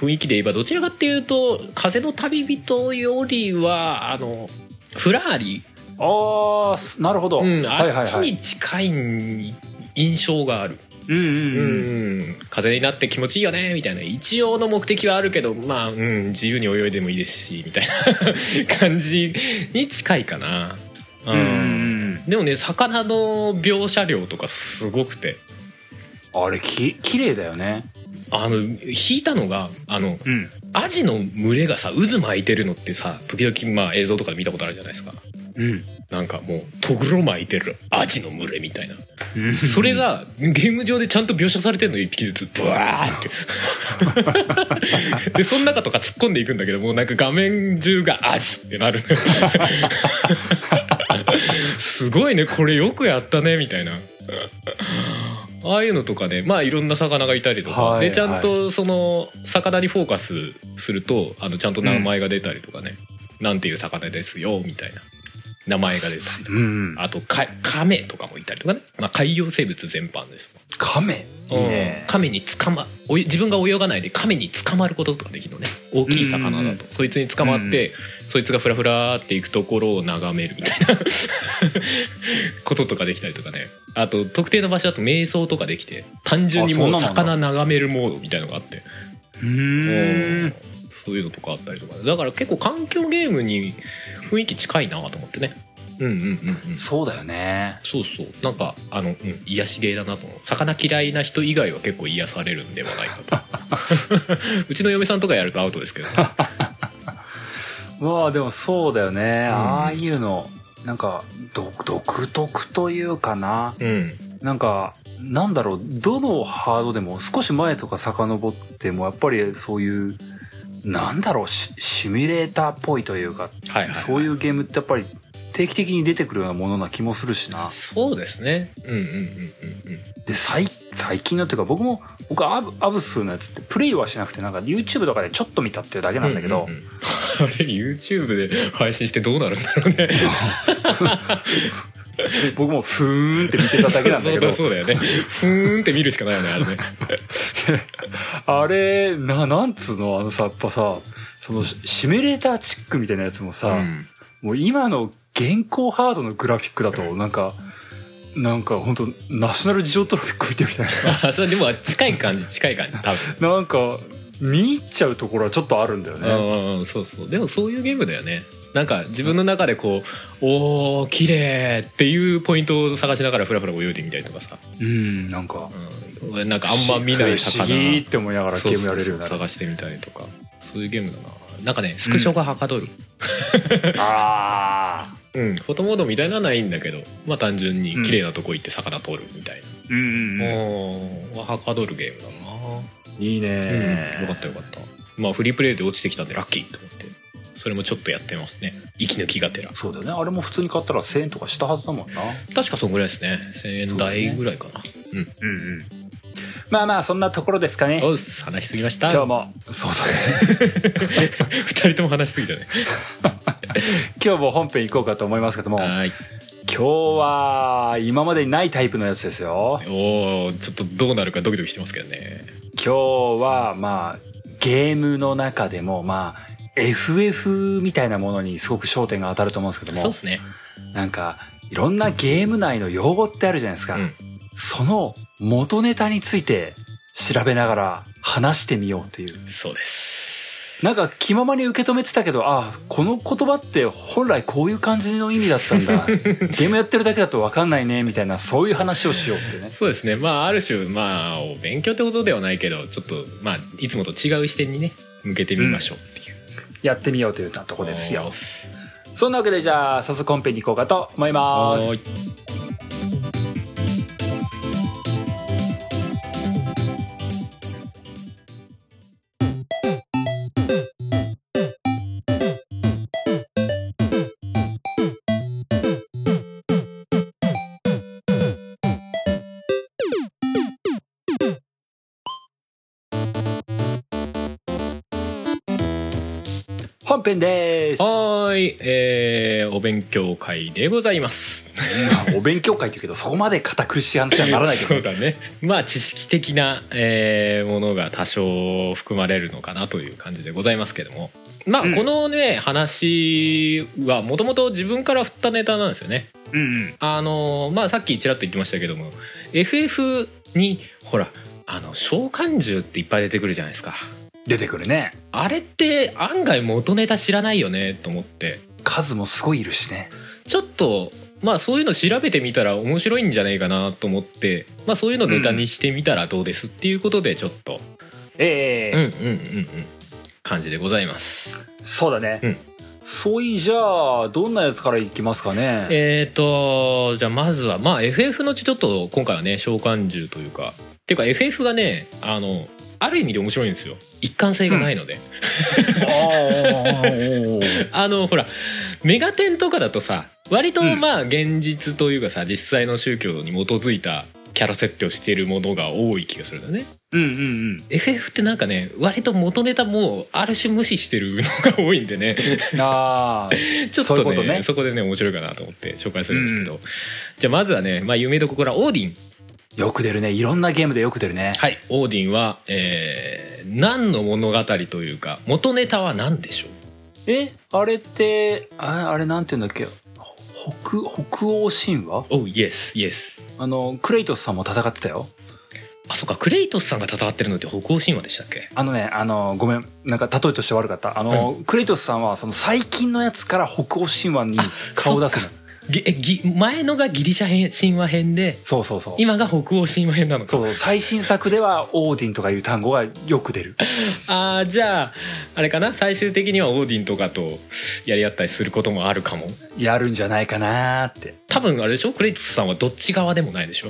Speaker 2: 雰囲気で言えばどちらかっていうと「風の旅人」よりはあのフラーリ、
Speaker 1: ああ、すなるほど。
Speaker 2: うん、
Speaker 1: はい
Speaker 2: あ
Speaker 1: は
Speaker 2: っ
Speaker 1: い
Speaker 2: ち
Speaker 1: はい。
Speaker 2: に近いん印象がある、
Speaker 1: うんうん
Speaker 2: う
Speaker 1: うん。
Speaker 2: ん、風になって気持ちいいよねみたいな一応の目的はあるけどまあ、うん、自由に泳いでもいいですしみたいな感じに近いかな。う
Speaker 1: うんうんうん
Speaker 2: でもね魚の描写量とかすごくて
Speaker 1: あれき綺麗だよね。
Speaker 2: あの引いたのがあの
Speaker 1: うん。
Speaker 2: アジの群れがさ渦巻いてるのってさ時々まあ映像とかで見たことあるじゃないですか
Speaker 1: うん。
Speaker 2: なんかもうトグロ巻いてるアジの群れみたいな
Speaker 1: うん
Speaker 2: それがゲーム上でちゃんと描写されてんのよ一匹ずつブワーってでその中とか突っ込んでいくんだけどもうなんか画面中がアジってなるのよすごいねこれよくやったねみたいなああいうのとかねまあいろんな魚がいたりとか、
Speaker 1: はい
Speaker 2: でちゃんとその魚にフォーカスするとあのちゃんと名前が出たりとかね、なんていう魚ですよみたいな名前が出たりとか
Speaker 1: うん。
Speaker 2: あとカカメとかもいたりとかね、まあ、海洋生物全般です、
Speaker 1: カメ。いいね。
Speaker 2: カメに捕まおい自分が泳がないでカメに捕まることとかできるのね大きい魚だと、
Speaker 1: うんうんうん
Speaker 2: そいつに捕まって、そいつがフラフラーっていくところを眺めるみたいな <laughs> こととかできたりとかねあと特定の場所だと瞑想とかできて単純にもう
Speaker 1: あそうなんだ
Speaker 2: 魚眺めるモードみたいのがあって
Speaker 1: うーん。
Speaker 2: そういうのとかあったりとかねだから結構環境ゲームに雰囲気近いなと思ってねうんうんうんうん
Speaker 1: そうだよね。
Speaker 2: そうそうなんかあの、うん、癒しゲーだなと思う魚嫌いな人以外は結構癒されるんではないかと
Speaker 1: <laughs>
Speaker 2: うちの嫁さんとかやるとアウトですけど、ね、
Speaker 1: まあでもそうだよね。ああいうの。なんか独独特というかな
Speaker 2: うん
Speaker 1: なんかなんだろうどのハードでも少し前とか遡ってもやっぱりそういうなんだろうシシミュレーターっぽいというか
Speaker 2: はいはい
Speaker 1: そういうゲームってやっぱり定期的に出てくるようなものな気もするしな
Speaker 2: そうですねうんうんうんうんうん
Speaker 1: で最最近のっていうか僕も僕アブアブスのやつってプレイはしなくてなんか YouTube とかでちょっと見たっていうだけなんだけど、
Speaker 2: うんうんうんあれ YouTube で配信してどうなるんだろうね
Speaker 1: 僕もふーんって見てただけなんだけど
Speaker 2: <laughs> そうそうそうだよねふーんって見るしかないよねあれね
Speaker 1: あれななんつうのあのさやっぱさそのシシミュレーターチックみたいなやつもさ、
Speaker 2: うん
Speaker 1: <laughs> もう今の現行ハードのグラフィックだとなんかなんか本当ナショナル事情トロフィック見てるみたい
Speaker 2: あそれでも近い感じ近い感じ多分
Speaker 1: <laughs> ななんか見入っちゃうところはちょっとあるんだよね
Speaker 2: うんうんそうそうでもそういうゲームだよねなんか自分の中でこう「おー綺麗っていうポイントを探しながらフラフラ泳いでみたりとかさ、
Speaker 1: うんなんか
Speaker 2: うん、なんかあんま見ない魚
Speaker 1: 不思議って思いながらゲームやれるようにな
Speaker 2: そうそ
Speaker 1: る
Speaker 2: うそう探してみたりとかそういうゲームだななんかねスクショがはかどる、
Speaker 1: ああ
Speaker 2: うんフォトモードみたいなのはないんだけどまあ単純に綺麗なとこ行って魚取るみたい
Speaker 1: うんうん
Speaker 2: な、
Speaker 1: うん
Speaker 2: うん、ははかどるゲームだない
Speaker 1: いね、
Speaker 2: うん、よかったよかったまあフリープレイで落ちてきたんでラッキーと思ってそれもちょっとやってますね息抜きがてら
Speaker 1: そうだよねあれも普通に買ったら1000円とかしたはずだもんな
Speaker 2: 確かそんぐらいですね1000円台ぐらいかな
Speaker 1: う
Speaker 2: う,、
Speaker 1: んうんまあまあそんなところですかね
Speaker 2: んおっす話しすぎました
Speaker 1: 今日
Speaker 2: <laughs>
Speaker 1: もそうだね
Speaker 2: 2人とも話しすぎたね
Speaker 1: 今日も本編行こうかと思いますけども
Speaker 2: は
Speaker 1: 今
Speaker 2: ーい
Speaker 1: 日は今までにないタイプのやつですよ
Speaker 2: おーちょっとどうなるかドキドキしてますけどね
Speaker 1: 今日はまあゲームの中でもまあ FF みたいなものにすごく焦点が当たると思うんですけど
Speaker 2: そう
Speaker 1: も
Speaker 2: ですね
Speaker 1: なんかいろんなゲーム内の用語ってあるじゃないですか、
Speaker 2: うん
Speaker 1: その元ネタについて調べながら話してみようという
Speaker 2: そうです
Speaker 1: なんか気ままに受け止めてたけどあこの言葉って本来こういう感じの意味だったん
Speaker 2: <laughs>
Speaker 1: だゲームやってるだけだと分かんないねみたいなそういう話をしようっていうね
Speaker 2: そうですねまあある種まあお勉強ってことではないけどちょっとまあいつもと違う視点にね向けてみましょうっていう、
Speaker 1: やってみようというようなとこです
Speaker 2: お
Speaker 1: よ
Speaker 2: ーす
Speaker 1: そんなわけでじゃあ早速コンペに行こうかと思います
Speaker 2: はーい
Speaker 1: 本編です
Speaker 2: はーい、えーお勉強会でございます。
Speaker 1: まあお勉強会って言うけどそこまで堅苦しい話はならないけど
Speaker 2: そうだね。まあ知識的な、えーものが多少含まれるのかなという感じでございますけども、まあ、
Speaker 1: うん
Speaker 2: このね話はもともと自分から振ったネタなんですよね。
Speaker 1: うんうん
Speaker 2: あのまあさっきちらっと言ってましたけども、FF にほらあの召喚獣っていっぱい出てくるじゃないですか。
Speaker 1: 出てくるね
Speaker 2: あれって案外元ネタ知らないよねと思って。
Speaker 1: 数もすごいいるしね
Speaker 2: ちょっとまあそういうの調べてみたら面白いんじゃないかなと思って、まあ、そういうのネタにしてみたらどうですっていうことでちょっと、
Speaker 1: ええ
Speaker 2: うん、うんうんうん感じでございます。
Speaker 1: そうだね、
Speaker 2: うん
Speaker 1: そういじゃあどんなやつからいきますかね
Speaker 2: えっ、とじゃあまずはまあ FF のうちちょっと今回はね召喚獣というかっていうか FF がねあのある意味で面白いんですよ一貫性がないので、
Speaker 1: あー
Speaker 2: あのほらメガテンとかだとさ割と
Speaker 1: うん
Speaker 2: まあ現実というかさ実際の宗教に基づいたキャラ設定をしているものが多い気がするんだね。
Speaker 1: うんうん
Speaker 2: FF ってなんかね割と元ネタもうある種無視してるのが多いんで
Speaker 1: <laughs>
Speaker 2: ね
Speaker 1: うんああ
Speaker 2: ちょっ
Speaker 1: そうい
Speaker 2: と
Speaker 1: うこ
Speaker 2: ね
Speaker 1: と
Speaker 2: そ
Speaker 1: ね
Speaker 2: こでね面白いかなと思って紹介するんですけど、
Speaker 1: う
Speaker 2: じゃあまずはね、まあ、有名どこからオーディン
Speaker 1: よく出るねいろんなゲームでよく出るね
Speaker 2: はいオーディンは、えー何の物語というか元ネタは何でしょう
Speaker 1: えあれってああれなんて言うんだっけ北北欧神話
Speaker 2: おイエスイエス
Speaker 1: あのクレイトスさんも戦ってたよ
Speaker 2: あそっかクレイトスさんが戦ってるのって北欧神話でしたっけ
Speaker 1: あのね、あの、ごめん、なんか例えとして悪かった。あの、クレイトスさんは、その最近のやつから北欧神話に顔を出すの
Speaker 2: そっ。ぎえぎ前のがギリシャ編神話編で
Speaker 1: そうそうそう。
Speaker 2: 今が北欧神話編なのか
Speaker 1: そう、最新作では、オーディンとかいう単語がよく出る。
Speaker 2: あーじゃああれかな最終的にはオーディンとかとやり合ったりすることもあるかも
Speaker 1: やるんじゃないかなーって。
Speaker 2: 多分あれでしょクレイトスさんはどっち側でもないでしょ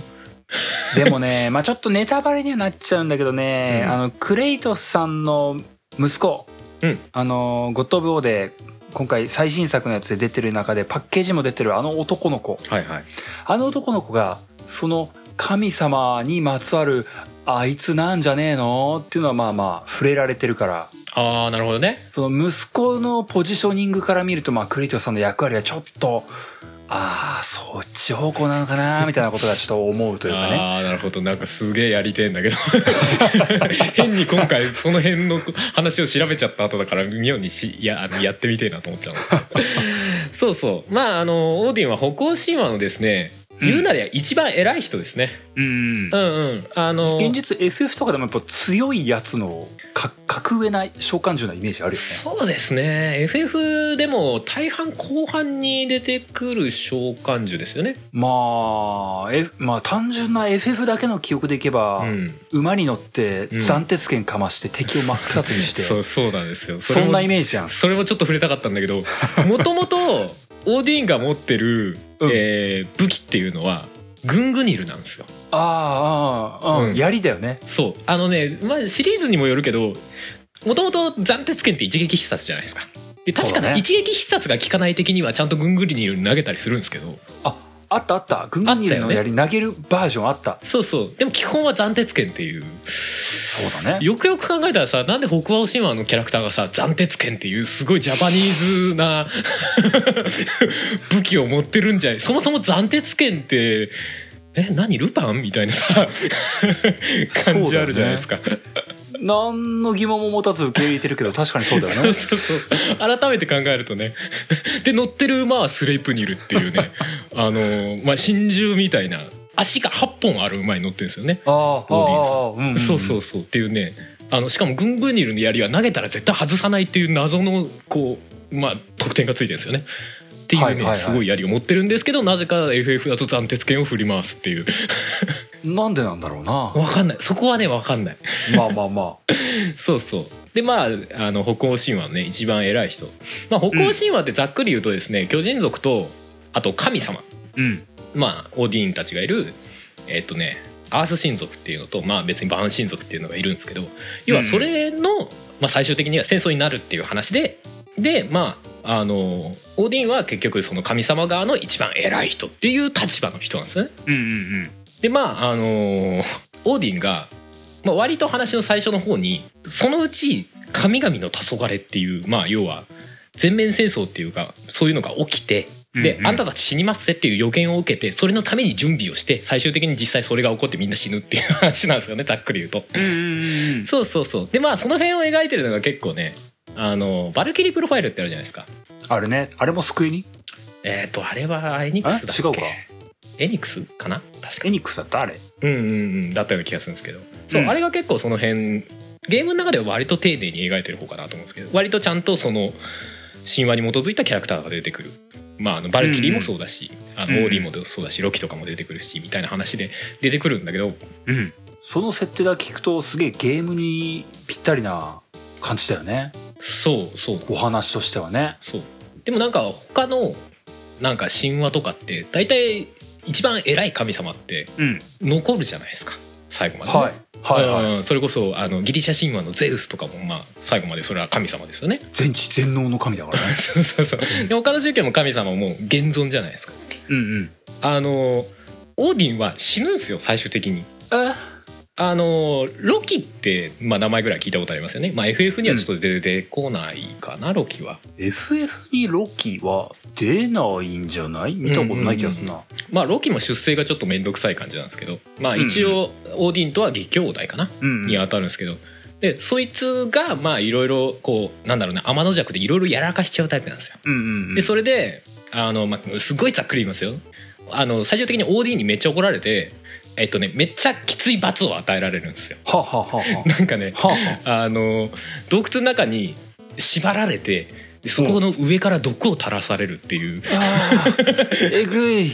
Speaker 1: でも
Speaker 2: <laughs>
Speaker 1: ね、まあちょっとネタバレにはなっちゃうんだけどね、
Speaker 2: うん
Speaker 1: あの、クレイトスさんの息子、
Speaker 2: うん
Speaker 1: あのーゴッド・オブ・オーで今回最新作のやつで出てる中でパッケージも出てるあの男の子
Speaker 2: はいはい
Speaker 1: あの男の子がその神様にまつわるあいつなんじゃねえのっていうのはまあまあ触れられてるから
Speaker 2: ああなるほどね
Speaker 1: その息子のポジショニングから見るとまあクリトさんの役割はちょっとああそっち方向なのかなみたいなことがちょっと思うというかね。
Speaker 2: ああなるほどなんかすげえやりてえ
Speaker 1: <laughs>
Speaker 2: んだけど変に今回その辺の話を調べちゃった後だから妙にしいやあのやってみてえなと思っちゃうんです
Speaker 1: <laughs>
Speaker 2: けどそうそうまああのオーディンは歩行神話のですね
Speaker 1: うん
Speaker 2: 言うなりゃ一番偉い人ですね、
Speaker 1: うんうん
Speaker 2: うん、うんあの
Speaker 1: 現実 FF とかでもやっぱ強いやつのか格上な召喚獣なイメージあるよね。
Speaker 2: そうですね FF でも大半後半に出てくる召喚獣ですよね、
Speaker 1: まあ、え、まあ単純な FF だけの記憶でいけば、
Speaker 2: うん、
Speaker 1: 馬に乗って
Speaker 2: うん
Speaker 1: 斬鉄剣かまして敵を真っ二つにして、
Speaker 2: <laughs> そうそうなんですよ
Speaker 1: そ
Speaker 2: れも
Speaker 1: んなイメージじゃん。
Speaker 2: それもちょっと触れたかったんだ
Speaker 1: <laughs>
Speaker 2: けどもともとオーディンが持ってる、
Speaker 1: うん
Speaker 2: えー武器っていうのはグングニルなんですよ
Speaker 1: ああ、ああ、う、
Speaker 2: うんん
Speaker 1: 槍だよね。
Speaker 2: そうあのね、まあ、シリーズにもよるけどもともと斬鉄剣って一撃必殺じゃないですかで確か
Speaker 1: そうだ
Speaker 2: ね
Speaker 1: ね
Speaker 2: 一撃必殺が効かない敵にはちゃんとグングニルに投げたりするんですけど
Speaker 1: あったあった。軍艦ニルの槍投げるバージョンあった。
Speaker 2: そうそうでも基本は斬鉄剣っていう
Speaker 1: そうだね。
Speaker 2: よくよく考えたらさなんで北欧神話のキャラクターがさ斬鉄剣っていうすごいジャパニーズな <laughs> 武器を持ってるんじゃないそもそも斬鉄剣ってえ何ルパンみたいな <laughs> さ感じあるじゃないですかそう,、
Speaker 1: 何の疑問も持たず受け入れてるけど、確かにそうだよ
Speaker 2: <laughs> そう
Speaker 1: ね。
Speaker 2: <laughs> そう改めて考えるとねで乗ってる馬はスレイプニルっていうねあのまあ真珠みたいな足が8本ある馬に乗ってるんですよね、
Speaker 1: ああ、あ
Speaker 2: オーディンさん
Speaker 1: あ、うんん
Speaker 2: そうそうそうっていうねあのしかもグングニルの槍は投げたら絶対外さないっていう謎のこうまあ得点がついてるんですよね。っていうね、
Speaker 1: はいはいはい
Speaker 2: すごい槍を持ってるんですけどなぜか FF だと斬鉄剣を振り回すっていう
Speaker 1: なんでなんだろう
Speaker 2: <laughs>
Speaker 1: な。
Speaker 2: わかんないそこはねわかんない <laughs>
Speaker 1: まあまあまあ。
Speaker 2: そうそうでまああの北欧神話のね一番偉い人、まあ、北欧神話ってざっくり言うとですね、巨人族とあと神様
Speaker 1: うん。
Speaker 2: まあオーディーンたちがいるえっとねアース神族っていうのとまあ別にバーン神族っていうのがいるんですけど要はそれの、まあ、最終的には戦争になるっていう話ででまああのオーディーンは結局その神様側の一番偉い人っていう立場の人なんですね。
Speaker 1: うんうんうん。
Speaker 2: でまああのオーディンが、まあ、割と話の最初の方にそのうち神々の黄昏っていうまあ要は全面戦争っていうかそういうのが起きてで、
Speaker 1: うんうん
Speaker 2: あんたたち死にますぜっていう予言を受けてそれのために準備をして最終的に実際それが起こってみんな死ぬっていう話なんですよねざっくり言うと。
Speaker 1: うんうんうんうん。
Speaker 2: そうそうそうでまあその辺を描いてるのが結構ねあのバルキリープロファイルってあるじゃないですか。
Speaker 1: あれね、あれも救いに
Speaker 2: えっ、とあれはエニックスだっけ
Speaker 1: あ違うか
Speaker 2: エニックスかな確か
Speaker 1: エニックスだったあれ。
Speaker 2: うんうんうんだったような気がするんですけどそう、
Speaker 1: うん
Speaker 2: あれが結構その辺ゲームの中では割と丁寧に描いてる方かなと思うんですけど割とちゃんとその神話に基づいたキャラクターが出てくる、まあ、あのバルキリーもそうだし、あ
Speaker 1: うんう
Speaker 2: の
Speaker 1: ん
Speaker 2: オーディもそうだしロキとかも出てくるしみたいな話で出てくるんだけど
Speaker 1: うん。その設定だけ聞くとすげえゲームにぴったりな感じだよね。
Speaker 2: そうそう
Speaker 1: お話としてはね。
Speaker 2: そうでもなんか他のなんか神話とかって大体一番偉い神様って
Speaker 1: うん。
Speaker 2: 残るじゃないですか最後までね、
Speaker 1: はい。はいはい。
Speaker 2: うんそれこそあのギリシャ神話のゼウスとかも、まあ、最後までそれは神様ですよね。
Speaker 1: 全知全能の神だからね。
Speaker 2: そうそうそう。で他の宗教も神様も現存じゃないですか。
Speaker 1: うんうん。
Speaker 2: あのオーディンは死ぬんですよ最終的に。
Speaker 1: え
Speaker 2: あのロキって、まあ、名前ぐらい聞いたことありますよね。まあ、FF にはちょっと出てこないかな、ロキは。
Speaker 1: FF にロキは出ないんじゃない見たことない気がするな。
Speaker 2: まあロキも出世がちょっと面倒くさい感じなんですけど、まあ、一応オーディンとは義兄弟かな、
Speaker 1: うんうん。
Speaker 2: に当たるんですけど。でそいつがまあいろいろこうなんだろうな天の弱でいろいろやらかしちゃうタイプなんですよ。
Speaker 1: うんうんうん。
Speaker 2: でそれであの、まあ、すごいざっくり言いますよあの最終的に OD にめっちゃ怒られてえっとねめっちゃきつい罰を与えられるんですよ <laughs>
Speaker 1: はあはあはあは
Speaker 2: なんかね
Speaker 1: あ。 <laughs> はあはあ
Speaker 2: あの洞窟の中に縛られてでそこの上から毒を垂らされるっていう、 <laughs>
Speaker 1: <laughs> あー。えぐい。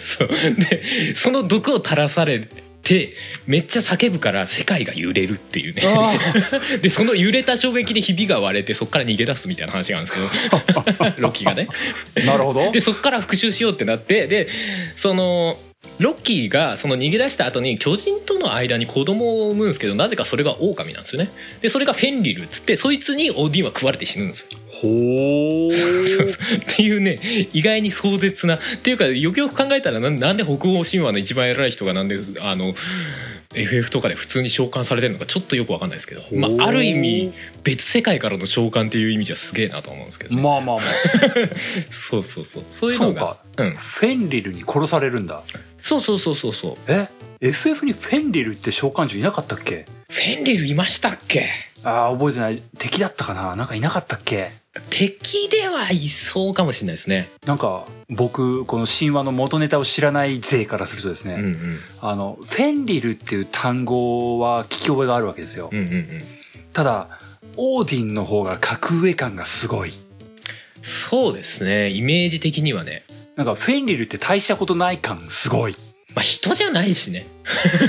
Speaker 2: そうでその毒を垂らされってめっちゃ叫ぶから世界が揺れるっていうね
Speaker 1: あ
Speaker 2: <laughs> でその揺れた衝撃でひびが割れてそこから逃げ出すみたいな話があるんです
Speaker 1: <laughs>
Speaker 2: けどロッキーがね
Speaker 1: ーなるほど。
Speaker 2: でそこから復讐しようってなってでそのロッキーがその逃げ出した後に巨人との間に子供を産むんですけどなぜかそれが狼なんですよねでそれがフェンリルっつってそいつにオーディンは食われて死ぬんですよ
Speaker 1: ほー。
Speaker 2: っていうね意外に壮絶なっていうかよくよく考えたらなんなんで北欧神話の一番偉い人がなんであの FF とかで普通に召喚されてるのかちょっとよくわかんないですけど、まあ、ある意味別世界からの召喚っていう意味じゃすげえなと思うんですけどね、
Speaker 1: まあまあまあ。
Speaker 2: そうそうそうそういう
Speaker 1: そ
Speaker 2: の
Speaker 1: う
Speaker 2: が
Speaker 1: か。
Speaker 2: うん
Speaker 1: フェンリルに殺されるんだ。
Speaker 2: そうそうそうそうそう
Speaker 1: え ?FF にフェンリルって召喚獣いなかったっけ
Speaker 2: フェンリルいましたっけ
Speaker 1: ああ、覚えてない。敵だったかななんかいなかったっけ
Speaker 2: 敵ではいそうかもしれないですね。
Speaker 1: なんか、僕、この神話の元ネタを知らない勢からするとですね、
Speaker 2: うんうん
Speaker 1: あの、フェンリルっていう単語は聞き覚えがあるわけですよ。
Speaker 2: うんうんうん。
Speaker 1: ただ、オーディンの方が格上感がすごい。
Speaker 2: そうですね。イメージ的にはね。
Speaker 1: なんか、フェンリルって大したことない感すごい。
Speaker 2: まあ人じゃないしね。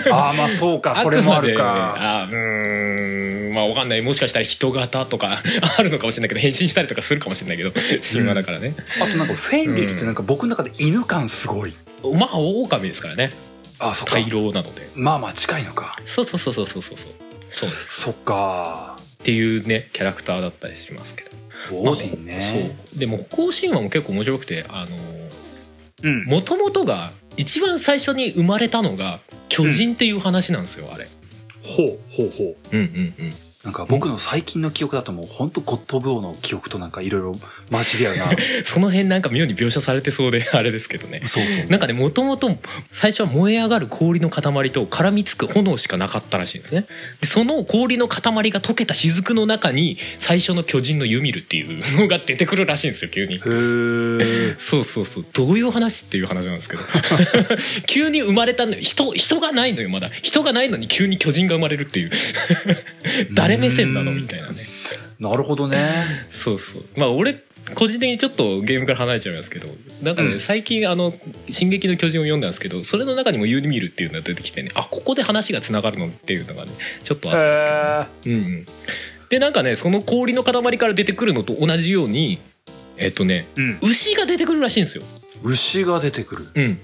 Speaker 1: あ
Speaker 2: <laughs>
Speaker 1: あ、まあそうか、それもある
Speaker 2: くまで
Speaker 1: か。
Speaker 2: あうーん。まあわかんない。もしかしたら人型とか <laughs> あるのかもしれないけど、変身したりとかするかもしれないけど、神話だからね。
Speaker 1: あとなんか、フェンリルってなんか僕の中で犬感すごい。
Speaker 2: まあ狼ですからね。
Speaker 1: ああ、そっか
Speaker 2: 大。老なので。
Speaker 1: まあまあ近いのか。
Speaker 2: そうそうそうそうそうそうそう。そうです
Speaker 1: そっか。
Speaker 2: っていうねキャラクターだったりしますけど。
Speaker 1: オーディンね。
Speaker 2: そう。でも北欧神話も結構面白くて、あの
Speaker 1: うん。
Speaker 2: もともとが一番最初に生まれたのが巨人っていう話なんですよ、あれ。
Speaker 1: ほうほうほう。
Speaker 2: うんうんうん。
Speaker 1: なんか僕の最近の記憶だともうほんとゴッド・オブ・オーの記憶となんかいろいろ混じり合うな。
Speaker 2: その辺なんか妙に描写されてそうで <laughs> あれですけどね。
Speaker 1: そうそう。
Speaker 2: なんかねもともと最初は燃え上がる氷の塊と絡みつく炎しかなかったらしいんですねでその氷の塊が溶けた雫の中に最初の巨人のユミルっていうのが出てくるらしいんですよ急に
Speaker 1: へー。
Speaker 2: そうそうそうどういう話っていう話なんですけど <laughs> 急に生まれたんだよ人人がないのよまだ人がないのに急に巨人が生まれるっていう <laughs> 誰目線なの
Speaker 1: うん
Speaker 2: みたいなね
Speaker 1: なるほどね。
Speaker 2: そうそうまあ俺個人的にちょっとゲームから離れちゃいますけどなんかね、
Speaker 1: うん
Speaker 2: 最近あの「進撃の巨人」を読んだんですけどそれの中にも「ユーミル」っていうのが出てきてねあここで話がつながるのっていうのがねちょっとあって
Speaker 1: へ
Speaker 2: うんうん、でなんかねその氷の塊から出てくるのと同じようにえっとね
Speaker 1: ー。うん。
Speaker 2: 牛が出てくるらしいんですよ
Speaker 1: 牛が出てくる。
Speaker 2: うん。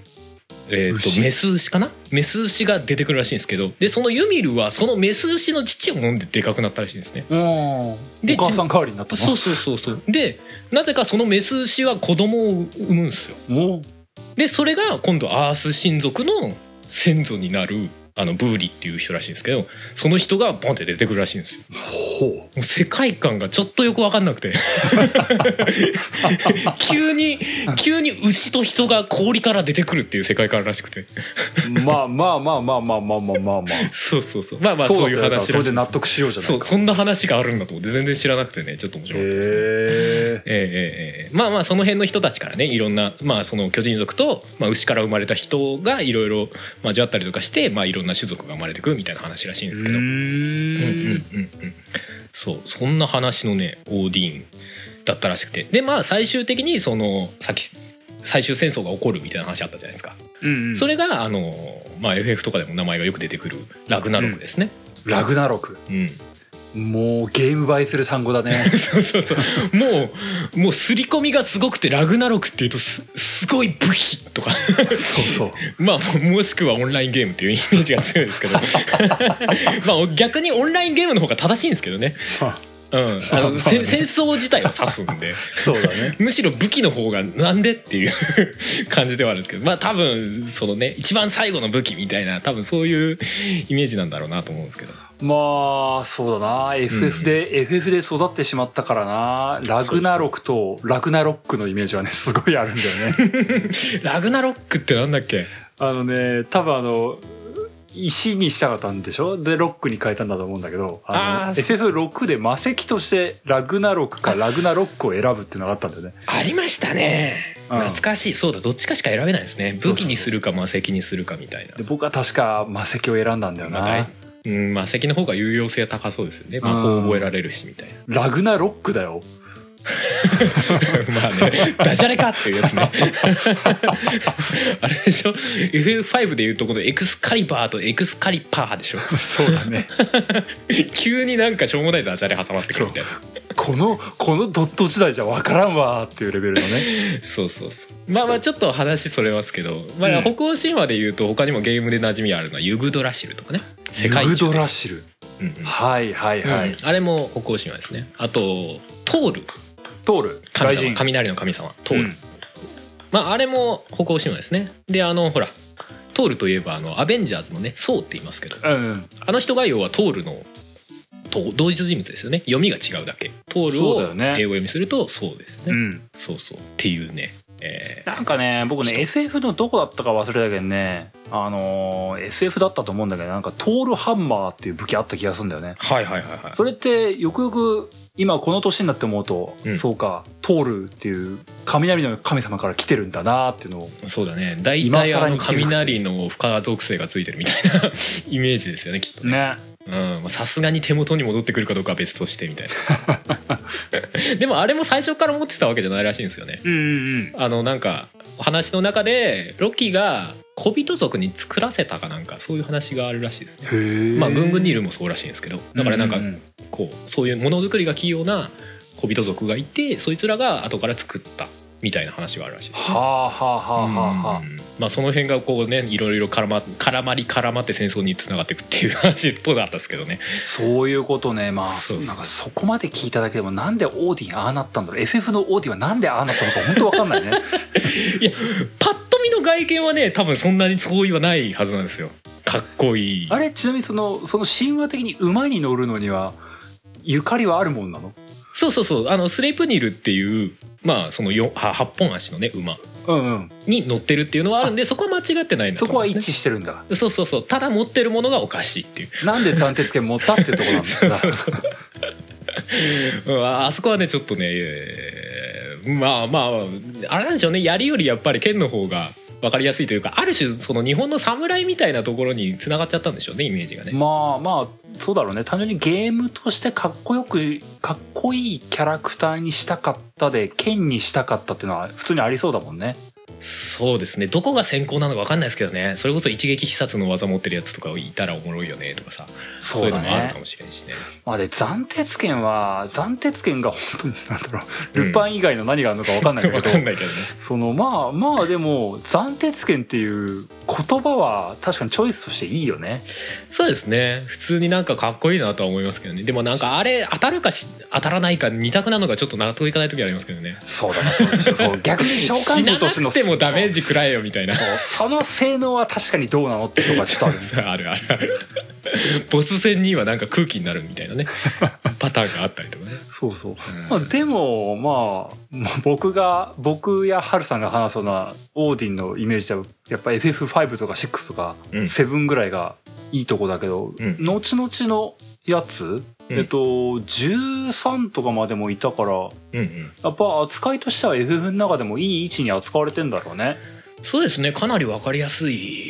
Speaker 2: えー
Speaker 1: 牛
Speaker 2: とメス牛かなメス牛が出てくるらしいんですけどでそのユミルはそのメス牛の乳を飲んででかくなったらしいんですね
Speaker 1: うん。
Speaker 2: で
Speaker 1: お母さん代わりになったの
Speaker 2: そうそうそうそうでなぜかそのメス牛は子供を産むんですよ
Speaker 1: お
Speaker 2: でそれが今度アース親族の先祖になるあのブーリっていう人らしいんですけどその人がボンって出てくるらしいんですよ
Speaker 1: ほう。
Speaker 2: もう世界観がちょっとよく分かんなく <laughs> て急に急に牛と人が氷から出てくるっていう世界観らしくて
Speaker 1: まあまあまあまあまあまあまあまあま
Speaker 2: そうそうそうまあま
Speaker 1: あ。
Speaker 2: あ
Speaker 1: そ
Speaker 2: そううい
Speaker 1: だ
Speaker 2: う
Speaker 1: ったら
Speaker 2: 話らしい
Speaker 1: それです納得しようじゃな
Speaker 2: そ
Speaker 1: いうか。
Speaker 2: そんな話があるんだと思って全然知らなくてねちょっと面白かったです
Speaker 1: へ
Speaker 2: ねええええええまあまあその辺の人たちからねいろんな、まあ、その巨人族と、まあ、牛から生まれた人がいろいろ交わったりとかして、まあ、いろんな種族が生まれてくるみたいな話らしいん
Speaker 1: え。
Speaker 2: ですけど、うんうんうんうん
Speaker 1: ーん。
Speaker 2: そうそんな話のねオーディーンだったらしくてでまあ最終的にそのさっき最終戦争が起こるみたいな話あったじゃないですか、
Speaker 1: うんうん。
Speaker 2: それがあの、まあ、FF とかでも名前がよく出てくるラグナロクですね。
Speaker 1: ラグナロク。
Speaker 2: うん
Speaker 1: もうゲーム映えする単語だね。
Speaker 2: <laughs> そうそうそうもうもう刷り込みがすごくてラグナロクっていうとすすごい武器とか <laughs>
Speaker 1: そう <laughs> そう。
Speaker 2: まあもしくはオンラインゲームっていうイメージが強いですけど <laughs> まあ逆にオンラインゲームの方が正しいんですけどね、うん、あのせ戦争自体を指すんで
Speaker 1: そうだね。
Speaker 2: むしろ武器の方がなんでっていう <laughs> 感じではあるんですけどまあ多分そのね一番最後の武器みたいな多分そういうイメージなんだろうなと思うんですけど
Speaker 1: まあそうだな FF で、FF で育ってしまったからなラグナロクとラグナロックのイメージはね <laughs> すごいあるんだよね <laughs>
Speaker 2: ラグナロックってなんだっけ
Speaker 1: あのね多分あの石にしたかったんでしょでロックに変えたんだと思うんだけどあの
Speaker 2: あー
Speaker 1: FF6 で魔石としてラグナロクかラグナロックを選ぶっていうのがあったんだよね
Speaker 2: ありましたね
Speaker 1: うん
Speaker 2: 懐かしいそうだどっちかしか選べないですね武器にするか魔石にするかみたいな
Speaker 1: で僕は確か魔石を選んだんだよな、
Speaker 2: まあうん、魔石の方が有用性高そうですよね魔法を覚えられるしみたいな
Speaker 1: ラグナロックだよ
Speaker 2: <laughs> まあねダジャレかっていうやつねあれでしょ FF5 でいうとこのエクスカリバーとエクスカリパーで
Speaker 1: <laughs>
Speaker 2: しょ
Speaker 1: <laughs> そうだね
Speaker 2: 急になんかしょうもないダジャレ挟まってくるみたいな
Speaker 1: このこのドット時代じゃ分からんわーっていうレベルのね
Speaker 2: そうそうそうまあまあちょっと話それますけど、ま
Speaker 1: う
Speaker 2: あ、
Speaker 1: ん
Speaker 2: 北欧神話でいうと他にもゲームで馴染みあるのはユグドラシルとかね世界
Speaker 1: ユグ
Speaker 2: 中
Speaker 1: ド
Speaker 2: で
Speaker 1: ラ
Speaker 2: す、
Speaker 1: シル
Speaker 2: うんうん
Speaker 1: はいはいはい、
Speaker 2: うんあれも北欧神話ですねあとトール
Speaker 1: トール
Speaker 2: 神
Speaker 1: 雷
Speaker 2: 様
Speaker 1: 神
Speaker 2: 雷の神様トール、
Speaker 1: うん
Speaker 2: まああれも北欧神話ですねであのほらトールといえばあのアベンジャーズのねソウって言いますけど
Speaker 1: うんうん
Speaker 2: あの人が要はトールのと同一人物ですよね読みが違うだけトール
Speaker 1: そうだよ
Speaker 2: を
Speaker 1: ね
Speaker 2: 英語読みするとそうですね
Speaker 1: うん
Speaker 2: そうそうっていうね、えー
Speaker 1: なんかね僕ね SF のどこだったか忘れたけどねあのー SF だったと思うんだけどなんかトールハンマーっていう武器あった気がするんだよね
Speaker 2: はいはいはいはい
Speaker 1: それってよくよく今この年になって思うと、
Speaker 2: うん
Speaker 1: そうかトールっていう雷の神様から来てるんだなっていうのを
Speaker 2: そうだね大
Speaker 1: 今
Speaker 2: 体あ
Speaker 1: 更
Speaker 2: の
Speaker 1: に気づくと
Speaker 2: 雷の不可属性がついてるみたいな <laughs> イメージですよねきっとね
Speaker 1: ね
Speaker 2: うんまあさすがに手元に戻ってくるかどうかは別としてみたい
Speaker 1: <laughs>
Speaker 2: なでもあれも最初から持ってたわけじゃないらしいんですよね
Speaker 1: うんうんうん
Speaker 2: あのなんかお話の中でロキが小人族に作らせたかなんかそういう話があるらしいですね
Speaker 1: へえ
Speaker 2: まあグングニールもそうらしいんですけどだからなんか
Speaker 1: うう
Speaker 2: こうそういうものづくりが器用な小人族がいてそいつらが後から作ったみたいな話があるらしいです
Speaker 1: はあはあはあはあはあ
Speaker 2: うんまあその辺がこうねいろいろ絡ま絡まり絡まって戦争につながっていくっていう話っぽかったですけどね
Speaker 1: そういうことねまあ
Speaker 2: そうそう
Speaker 1: なんかそこまで聞いただけでもなんでオーディンああなったんだろう SF のオーディンはなんでああなったのか本当わかんない
Speaker 2: <laughs>
Speaker 1: ね
Speaker 2: パッと見の外見はね多分そんなに相違はないはずなんですよかっこいい
Speaker 1: あれちなみにそのその神話的に馬に乗るのにはゆかりはあるもんなの
Speaker 2: そうそうそうあのスレイプニルっていうまあそのよは8本足のね馬
Speaker 1: うんうん
Speaker 2: に乗ってるっていうのはあるんでそこは間違ってないんだ
Speaker 1: そ
Speaker 2: と
Speaker 1: こ
Speaker 2: 思
Speaker 1: は
Speaker 2: うん
Speaker 1: 一
Speaker 2: で
Speaker 1: 致
Speaker 2: すね
Speaker 1: してるんだ
Speaker 2: そうそうそうただ持ってるものがおかしいっていう
Speaker 1: なんで暫定権持ったってとこ
Speaker 2: <laughs>
Speaker 1: なんだよな
Speaker 2: うんああそこはねちょっとね、えーまあまああれなんでしょうね槍よりやっぱり剣の方が分かりやすいというかある種その日本の侍みたいなところに繋がっちゃったんでしょうねイメージがね。
Speaker 1: まあまあそうだろうね単純にゲームとしてかっこよくかっこいいキャラクターにしたかったで剣にしたかったっていうのは普通にありそうだもんね
Speaker 2: そうですねどこが先行なのか分かんないですけどねそれこそ一撃必殺の技持ってるやつとかいたらおもろいよねとかさそう,、
Speaker 1: そう
Speaker 2: いう
Speaker 1: だ
Speaker 2: のもある
Speaker 1: ね
Speaker 2: かもしれんしね。
Speaker 1: まあで斬鉄剣は斬鉄剣が本当になんだろう
Speaker 2: うん
Speaker 1: ルパン以外の何があるのか分かんないけ
Speaker 2: 分 <laughs>
Speaker 1: ど、
Speaker 2: かんないけどね。
Speaker 1: そのまあまあでも斬鉄剣っていう言葉は確かにチョイスとしていいよね
Speaker 2: そうですね普通になんかかっこいいなとは思いますけどねでもなんかあれ当たるかし当たらないか二択なのがちょっと納得いかない時ありますけどね。
Speaker 1: そうだなそうでしょそう逆に召喚獣としての
Speaker 2: 死ななくてもダメージ食らえよみたいな
Speaker 1: そうその性能は確かにどうなのってとこがちょっとあるんです
Speaker 2: あるあるあるボス戦にはなんか空気になるみたいなねパターンがあったりとかね、
Speaker 1: そうそう
Speaker 2: うん
Speaker 1: まあ、でも、まあ、まあ僕が、僕やハルさんが話すような、オーディンのイメージでは、やっぱ FF5 とか6とか、
Speaker 2: うん
Speaker 1: 7ぐらいがいいとこだけど、
Speaker 2: うん
Speaker 1: 後々のやつ、
Speaker 2: うん
Speaker 1: えっと、13とかまでもいたから、
Speaker 2: うんうん
Speaker 1: やっぱ扱いとしては FF の中でもいい位置に扱われてんだろうね。
Speaker 2: そうですねかなり分かりやすい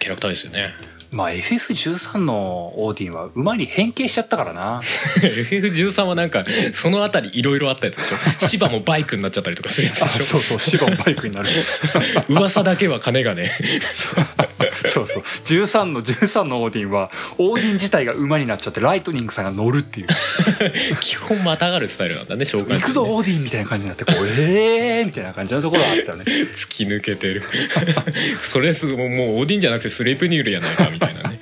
Speaker 2: キャラクターですよね
Speaker 1: まあ FF13 のオーディンは馬に変形しちゃったからな。
Speaker 2: FF13 はなんかそのあたりいろいろあったやつで
Speaker 1: <laughs>
Speaker 2: しょ芝もバイクになっちゃったりとかするやつでしょ
Speaker 1: う <laughs> そう、シババイクになる。
Speaker 2: 噂だけは金がね <laughs>
Speaker 1: <laughs> そうそう13の13のオーディンはオーディン自体が馬になっちゃってライトニングさんが乗るって
Speaker 2: <laughs>
Speaker 1: いう
Speaker 2: 基本またがるスタイルなんだね召喚
Speaker 1: 行くぞ
Speaker 2: ね
Speaker 1: オーディンみたいな感じになってこ
Speaker 2: <laughs>
Speaker 1: うええー、みたいな感じのところがあったよね
Speaker 2: 突き抜けてる <laughs> それすもうもうオーディンじゃなくてスレイプニュールやないかみたいなね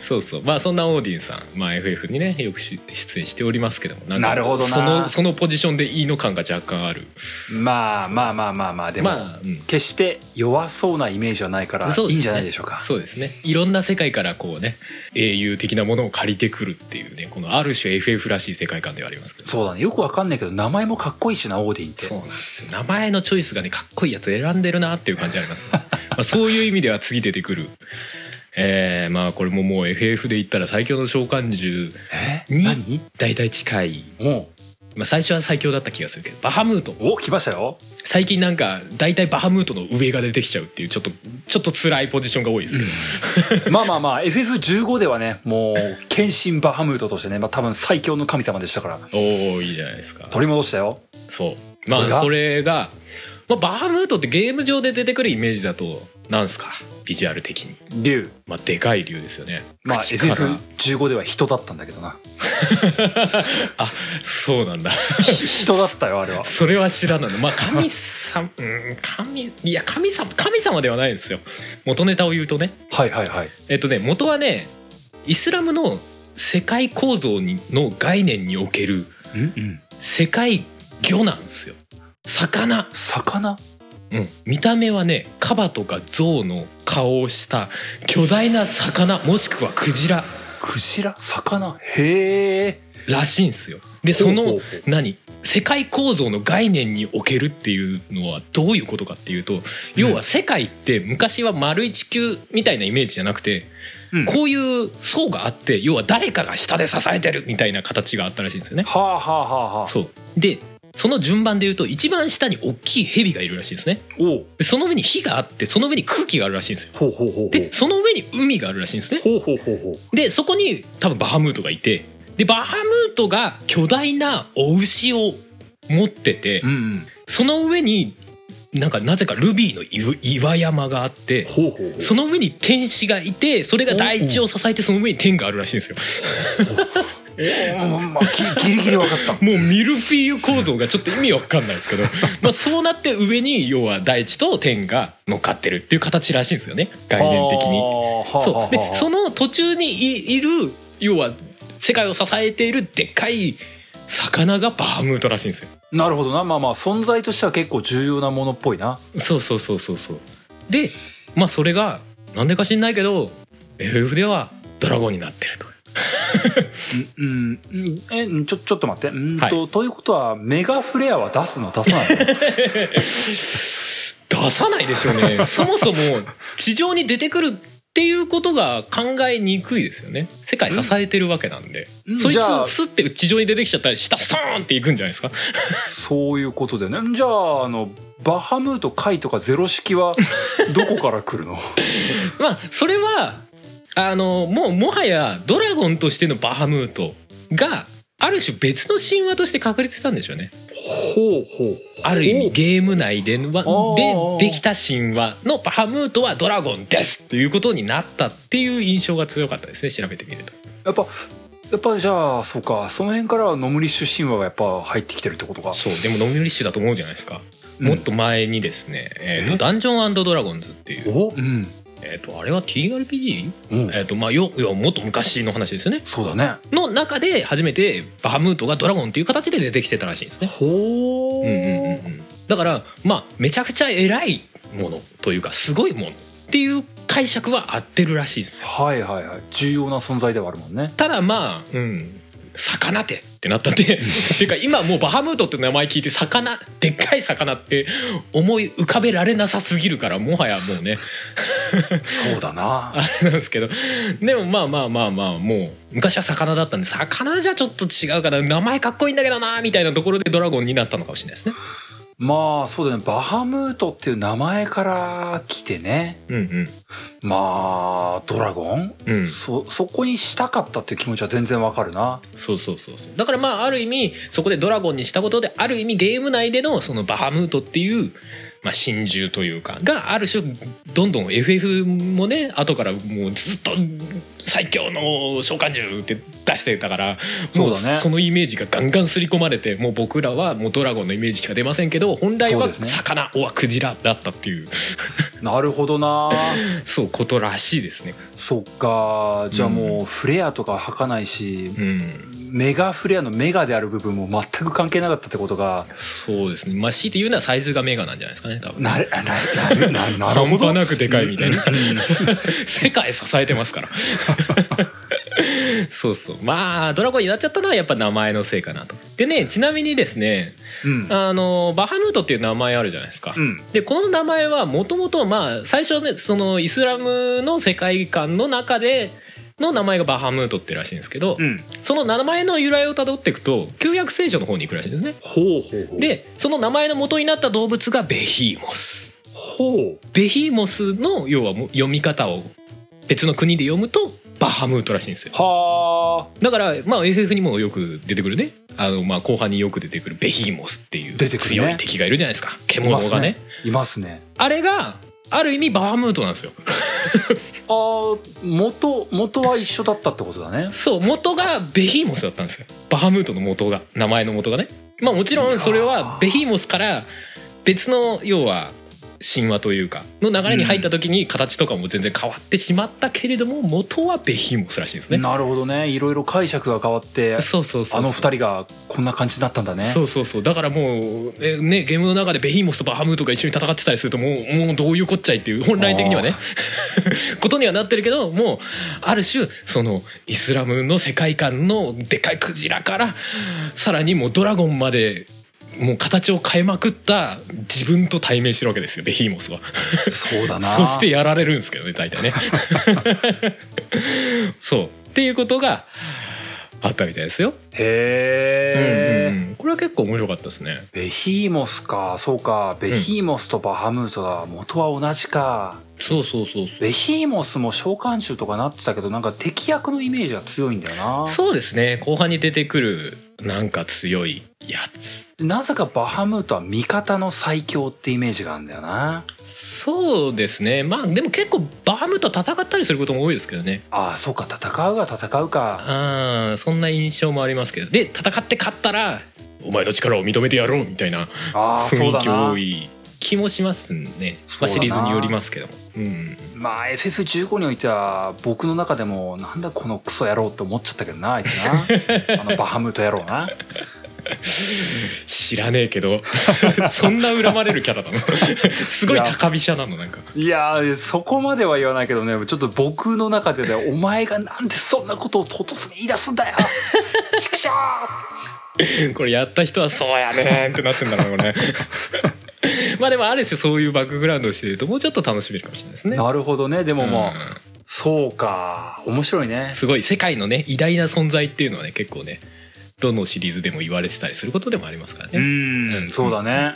Speaker 2: そうそうまあそんなオーディンさん、まあ、FF にねよくし出演しておりますけどもんか
Speaker 1: なるほどな
Speaker 2: そのそのポジションでいいの感が若干ある
Speaker 1: まあまあまあまあまあでも、
Speaker 2: まあ、うん
Speaker 1: 決して弱そうなイメージはないから
Speaker 2: そう
Speaker 1: い
Speaker 2: ですね
Speaker 1: いんじゃないでしょうか
Speaker 2: そうですねいろんな世界からこうね英雄的なものを借りてくるっていうねこのある種 FF らしい世界観ではありますけど
Speaker 1: そうだねよくわかんないけど名前もかっこいいしなオーディンって
Speaker 2: そうなんですよ名前のチョイスがねかっこいいやつ選んでるなっていう感じあります、
Speaker 1: <laughs>
Speaker 2: ね、まあそういう意味では次出てくるえー、まあこれももう FF で言ったら最強の召喚獣
Speaker 1: え
Speaker 2: に
Speaker 1: 何
Speaker 2: 大体近い
Speaker 1: もう
Speaker 2: まあ、最初は最強だった気がするけどバハムート
Speaker 1: お来ましたよ
Speaker 2: 最近なんか大体バハムートの上が出てきちゃうっていうちょっとちょっと辛いポジションが多いですけど、
Speaker 1: まあまあまあ <laughs> FF15 ではねもう献身バハムートとしてね、まあ、多分最強の神様でしたから
Speaker 2: おおいいじゃないですか
Speaker 1: 取り戻したよ
Speaker 2: そうま
Speaker 1: それ
Speaker 2: あ
Speaker 1: が
Speaker 2: それが、まあ、バハムートってゲーム上で出てくるイメージだとなんすかビジュアル的に
Speaker 1: 竜
Speaker 2: まあでかい竜ですよね
Speaker 1: まあ
Speaker 2: 口から
Speaker 1: FF15 では人だったんだけど <laughs> な
Speaker 2: あそうなんだ
Speaker 1: ひ人だったよあれは
Speaker 2: それは知らないのまあ神様うん <laughs> 神いや神様神様ではないんですよ元ネタを言うとね
Speaker 1: はいはいはい
Speaker 2: えっとね元はねイスラムの世界構造にの概念における
Speaker 1: うんうん
Speaker 2: 世界魚なんですよ魚
Speaker 1: 魚
Speaker 2: うん、見た目はねカバとかゾウの顔をした巨大な魚もしくはクジラ
Speaker 1: クジラ魚へえ
Speaker 2: らしいんですよでそ
Speaker 1: ほうほうほ
Speaker 2: の
Speaker 1: う
Speaker 2: 何世界構造の概念におけるっていうのはどういうことかっていうと要は世界って昔は丸い地球みたいなイメージじゃなくて、
Speaker 1: うん
Speaker 2: こういう層があって要は誰かが下で支えてるみたいな形があったらしいんですよね。
Speaker 1: はあはあはあはあ
Speaker 2: そうでその順番で言うと一番下に大きい蛇がいるらしいんですね。
Speaker 1: おう
Speaker 2: でその上に火があってその上に空気があるらしいんですよ。
Speaker 1: ほうほうほうほう
Speaker 2: でその上に海があるらしいんですね
Speaker 1: ほうほうほうほう
Speaker 2: でそこに多分バハムートがいてでバハムートが巨大なお牛を持ってて
Speaker 1: うんうん
Speaker 2: その上になんかなぜかルビーの岩岩山があって
Speaker 1: ほうほうほう
Speaker 2: その上に天使がいてそれが大地を支えてその上に天があるらしいんですよ
Speaker 1: うんまあギギリギリ分かった
Speaker 2: もうミルフィーユ構造がちょっと意味わかんないで
Speaker 1: <laughs>
Speaker 2: すけどまあそうなって上に要は大地と天が乗っかってるっていう形らしいんですよね概念的に。
Speaker 1: はあはあは
Speaker 2: そ
Speaker 1: あ
Speaker 2: うでその途中にいいる要は世界を支えているでっかい魚がバームートらしいんですよ
Speaker 1: なるほどなまあまあ存在としては結構重要なものっぽいな
Speaker 2: そうそうそうそうそうでまあそれがなんでか知んないけど FF ではドラゴンになってると
Speaker 1: うんうんえんちょちょっと待ってうんと、
Speaker 2: は
Speaker 1: ということはメガフレアは出すの出さないの
Speaker 2: 出さないでしょう
Speaker 1: <laughs>
Speaker 2: ねそもそも地上に出てくるっていうことが考えにくいですよね世界支えてるわけなんで、
Speaker 1: うん
Speaker 2: そい
Speaker 1: じ
Speaker 2: つ
Speaker 1: ゃあ
Speaker 2: スッて地上に出てきちゃったら下ストーンっていくんじゃないですか
Speaker 1: そういうことでねじゃああのバハムート貝とかゼロ式
Speaker 2: <laughs>
Speaker 1: はどこから来るの
Speaker 2: まあそれはあのもうもはやドラゴンとしてのバハムートがある種別の神話として確立したんでしょうね
Speaker 1: ほうほう
Speaker 2: ある意味ゲーム内で
Speaker 1: おー
Speaker 2: はでできた神話のバハムートはドラゴンですということになったっていう印象が強かったですね調べてみると
Speaker 1: やっぱやっぱじゃあそうかその辺からはノムリッシュ神話がやっぱ入ってきてるってことか
Speaker 2: そうでもノミュリッシュだと思うじゃないですか、
Speaker 1: うん
Speaker 2: もっと前にですね「えー
Speaker 1: え
Speaker 2: とダンジョンドラゴンズ」っていう、
Speaker 1: おうん、
Speaker 2: えー、とあれは TRPG?
Speaker 1: うん、
Speaker 2: えーとまあ、よいやもっと昔の話ですよね
Speaker 1: そうだね
Speaker 2: の中で初めてバハムートがドラゴンっていう形で出てきてたらしいんですね。
Speaker 1: ほう,、
Speaker 2: うんうんうんうんだからまあめちゃくちゃ偉いものというかすごいものっていう解釈は合ってるらしいですよ。
Speaker 1: はいはいはい重要な存在ではあるもんね
Speaker 2: ただまあうん魚手ってなったんで <laughs> っていうか今もうバハムートって名前聞いて魚でっかい魚って思い浮かべられなさすぎるからもはやもうね
Speaker 1: <laughs> そうだな
Speaker 2: あれなんですけどでもまあまあまあまあもう昔は魚だったんで魚じゃちょっと違うかな名前かっこいいんだけどなみたいなところでドラゴンになったのかもしれないですね。
Speaker 1: まあそうだねバハムートっていう名前から来てね
Speaker 2: うん
Speaker 1: まあドラゴン、
Speaker 2: うんうん、
Speaker 1: そそこにしたかったっていう気持ちは全然わかるな
Speaker 2: そうそうそうそうだからまあある意味そこでドラゴンにしたことである意味ゲーム内でのそのバハムートっていう、まあ、真珠というかがある種どんどん FF もね後からもうずっと最強の召喚獣って出してたからも
Speaker 1: そうだね
Speaker 2: そのイメージがガンガン刷り込まれてもう僕らはもうドラゴンのイメージしか出ませんけど本来
Speaker 1: そう
Speaker 2: は
Speaker 1: ですね
Speaker 2: 魚おはクジラだったっ
Speaker 1: <laughs>
Speaker 2: ていう
Speaker 1: なるほど
Speaker 2: <laughs>
Speaker 1: な
Speaker 2: そうことらしいですね。
Speaker 1: そっかじゃあもうフレアとかは吐かないし、
Speaker 2: うん
Speaker 1: メガフレアのメガである部分も全く関係なかったってことが
Speaker 2: そうですねまあ強いて言うのはサイズがメガなんじゃないですかね多分。
Speaker 1: なるなるなるなる
Speaker 2: <laughs> 半
Speaker 1: ほど
Speaker 2: 端なくでかいみたいな
Speaker 1: うんうんうん
Speaker 2: 世界支えてますから <laughs> そうそうまあドラゴンになっちゃったのはやっぱ名前のせいかなとでねちなみにですね
Speaker 1: うん
Speaker 2: あのバハムートっていう名前あるじゃないですか、
Speaker 1: うん
Speaker 2: でこの名前はもともとまあ最初ねそのイスラムの世界観の中での名前がバハムートってらしいんですけど、
Speaker 1: うん。
Speaker 2: その名前の由来をたどっていくと旧約聖書の方に行くらしいんですね
Speaker 1: ほうほうほう。、
Speaker 2: でその名前の元になった動物がベヒーモス
Speaker 1: ほう。
Speaker 2: ベヒーモスの要はもう読み方を別の国で読むとバハムートらしいんですよ
Speaker 1: はあ。
Speaker 2: だからまあ FF にもよく出てくるねあのまあ後半によく出てくるベヒーモスっていう
Speaker 1: 出てくるね
Speaker 2: 強い敵がいるじゃないですか獣
Speaker 1: い
Speaker 2: が
Speaker 1: ます
Speaker 2: ね
Speaker 1: ねいますね。
Speaker 2: あれがある意味バハムートなんですよ
Speaker 1: あー元、元は一緒だったってことだね。
Speaker 2: そう元がベヒーモスだったんですよバハムートの元が名前の元がねまあもちろんそれはベヒーモスから別の要は神話というかの流れに入った時に形とかも全然変わってしまったけれども元はベヒーモスらしいですね
Speaker 1: なるほどね。いろいろ解釈が変わって、
Speaker 2: そうそうそうそう
Speaker 1: あの二人がこんな感じになったんだね。
Speaker 2: そうそうそうだからもう、えね、ゲームの中でベヒーモスとバハムートが一緒に戦ってたりするともうもうどういうこっちゃいっていう本来的には
Speaker 1: <laughs>
Speaker 2: ねことにはなってるけどもうある種そのイスラムの世界観のでかいクジラからさらにもうドラゴンまでもう形を変えまくった自分と対面してるわけですよベヒーモスは。
Speaker 1: そうだな。
Speaker 2: そして、やられるんですけどね大
Speaker 1: <laughs>
Speaker 2: 体ね。そうっていうことがあったみたいですよ。
Speaker 1: へー
Speaker 2: うんうんうんこれは結構面白かったですね。
Speaker 1: ベヒーモスか。そうか。ベヒーモスとバハムートだ。元は同じか。
Speaker 2: そうそうそうそう。
Speaker 1: ベヒーモスも召喚獣とかなってたけどなんか敵役のイメージが強いんだよ
Speaker 2: そうですね後半に出てくるなんか強いやつ
Speaker 1: ななぜかバハムートは味方の最強ってイメージがあるんだよな
Speaker 2: そうですねまあでも結構バームと戦ったりすることも多いですけどね
Speaker 1: ああそうか戦うが戦うか
Speaker 2: あーそんな印象もありますけどで戦って勝ったらお前の力を認めてやろうみたいな
Speaker 1: ああ
Speaker 2: <laughs> 雰
Speaker 1: そう
Speaker 2: 囲
Speaker 1: だ
Speaker 2: 気多
Speaker 1: ない
Speaker 2: 気もしますね、
Speaker 1: そ
Speaker 2: まあ、
Speaker 1: うだな
Speaker 2: シリーズによりますけども、うん、
Speaker 1: まあ FF15 においては僕の中でもなんだこのクソ野郎って思っちゃったけどなあいつ
Speaker 2: <laughs>
Speaker 1: なあのバハムート野郎な
Speaker 2: 知らねえけ <laughs> どそんな恨まれるキャ <laughs> ラなのすごい高飛車なのなんか
Speaker 1: いやーそこまでは言わないけどねちょっと僕の中でねお <laughs> 前がなんでそんなことを唐突に言い出すんだよちくしょう
Speaker 2: <laughs> これやった人はそうやねんってなってんだろ
Speaker 1: <laughs>
Speaker 2: うねまあでもある種そういうバックグラウンドをしているともうちょっと楽しめるかもしれないですね
Speaker 1: なるほどねでももう、
Speaker 2: う
Speaker 1: そうか面白いね
Speaker 2: んすごい世界のね偉大な存在っていうのはね結構ねどのシリーズでも言われてたりすることでもありますからね、
Speaker 1: うん、
Speaker 2: うん
Speaker 1: そうだね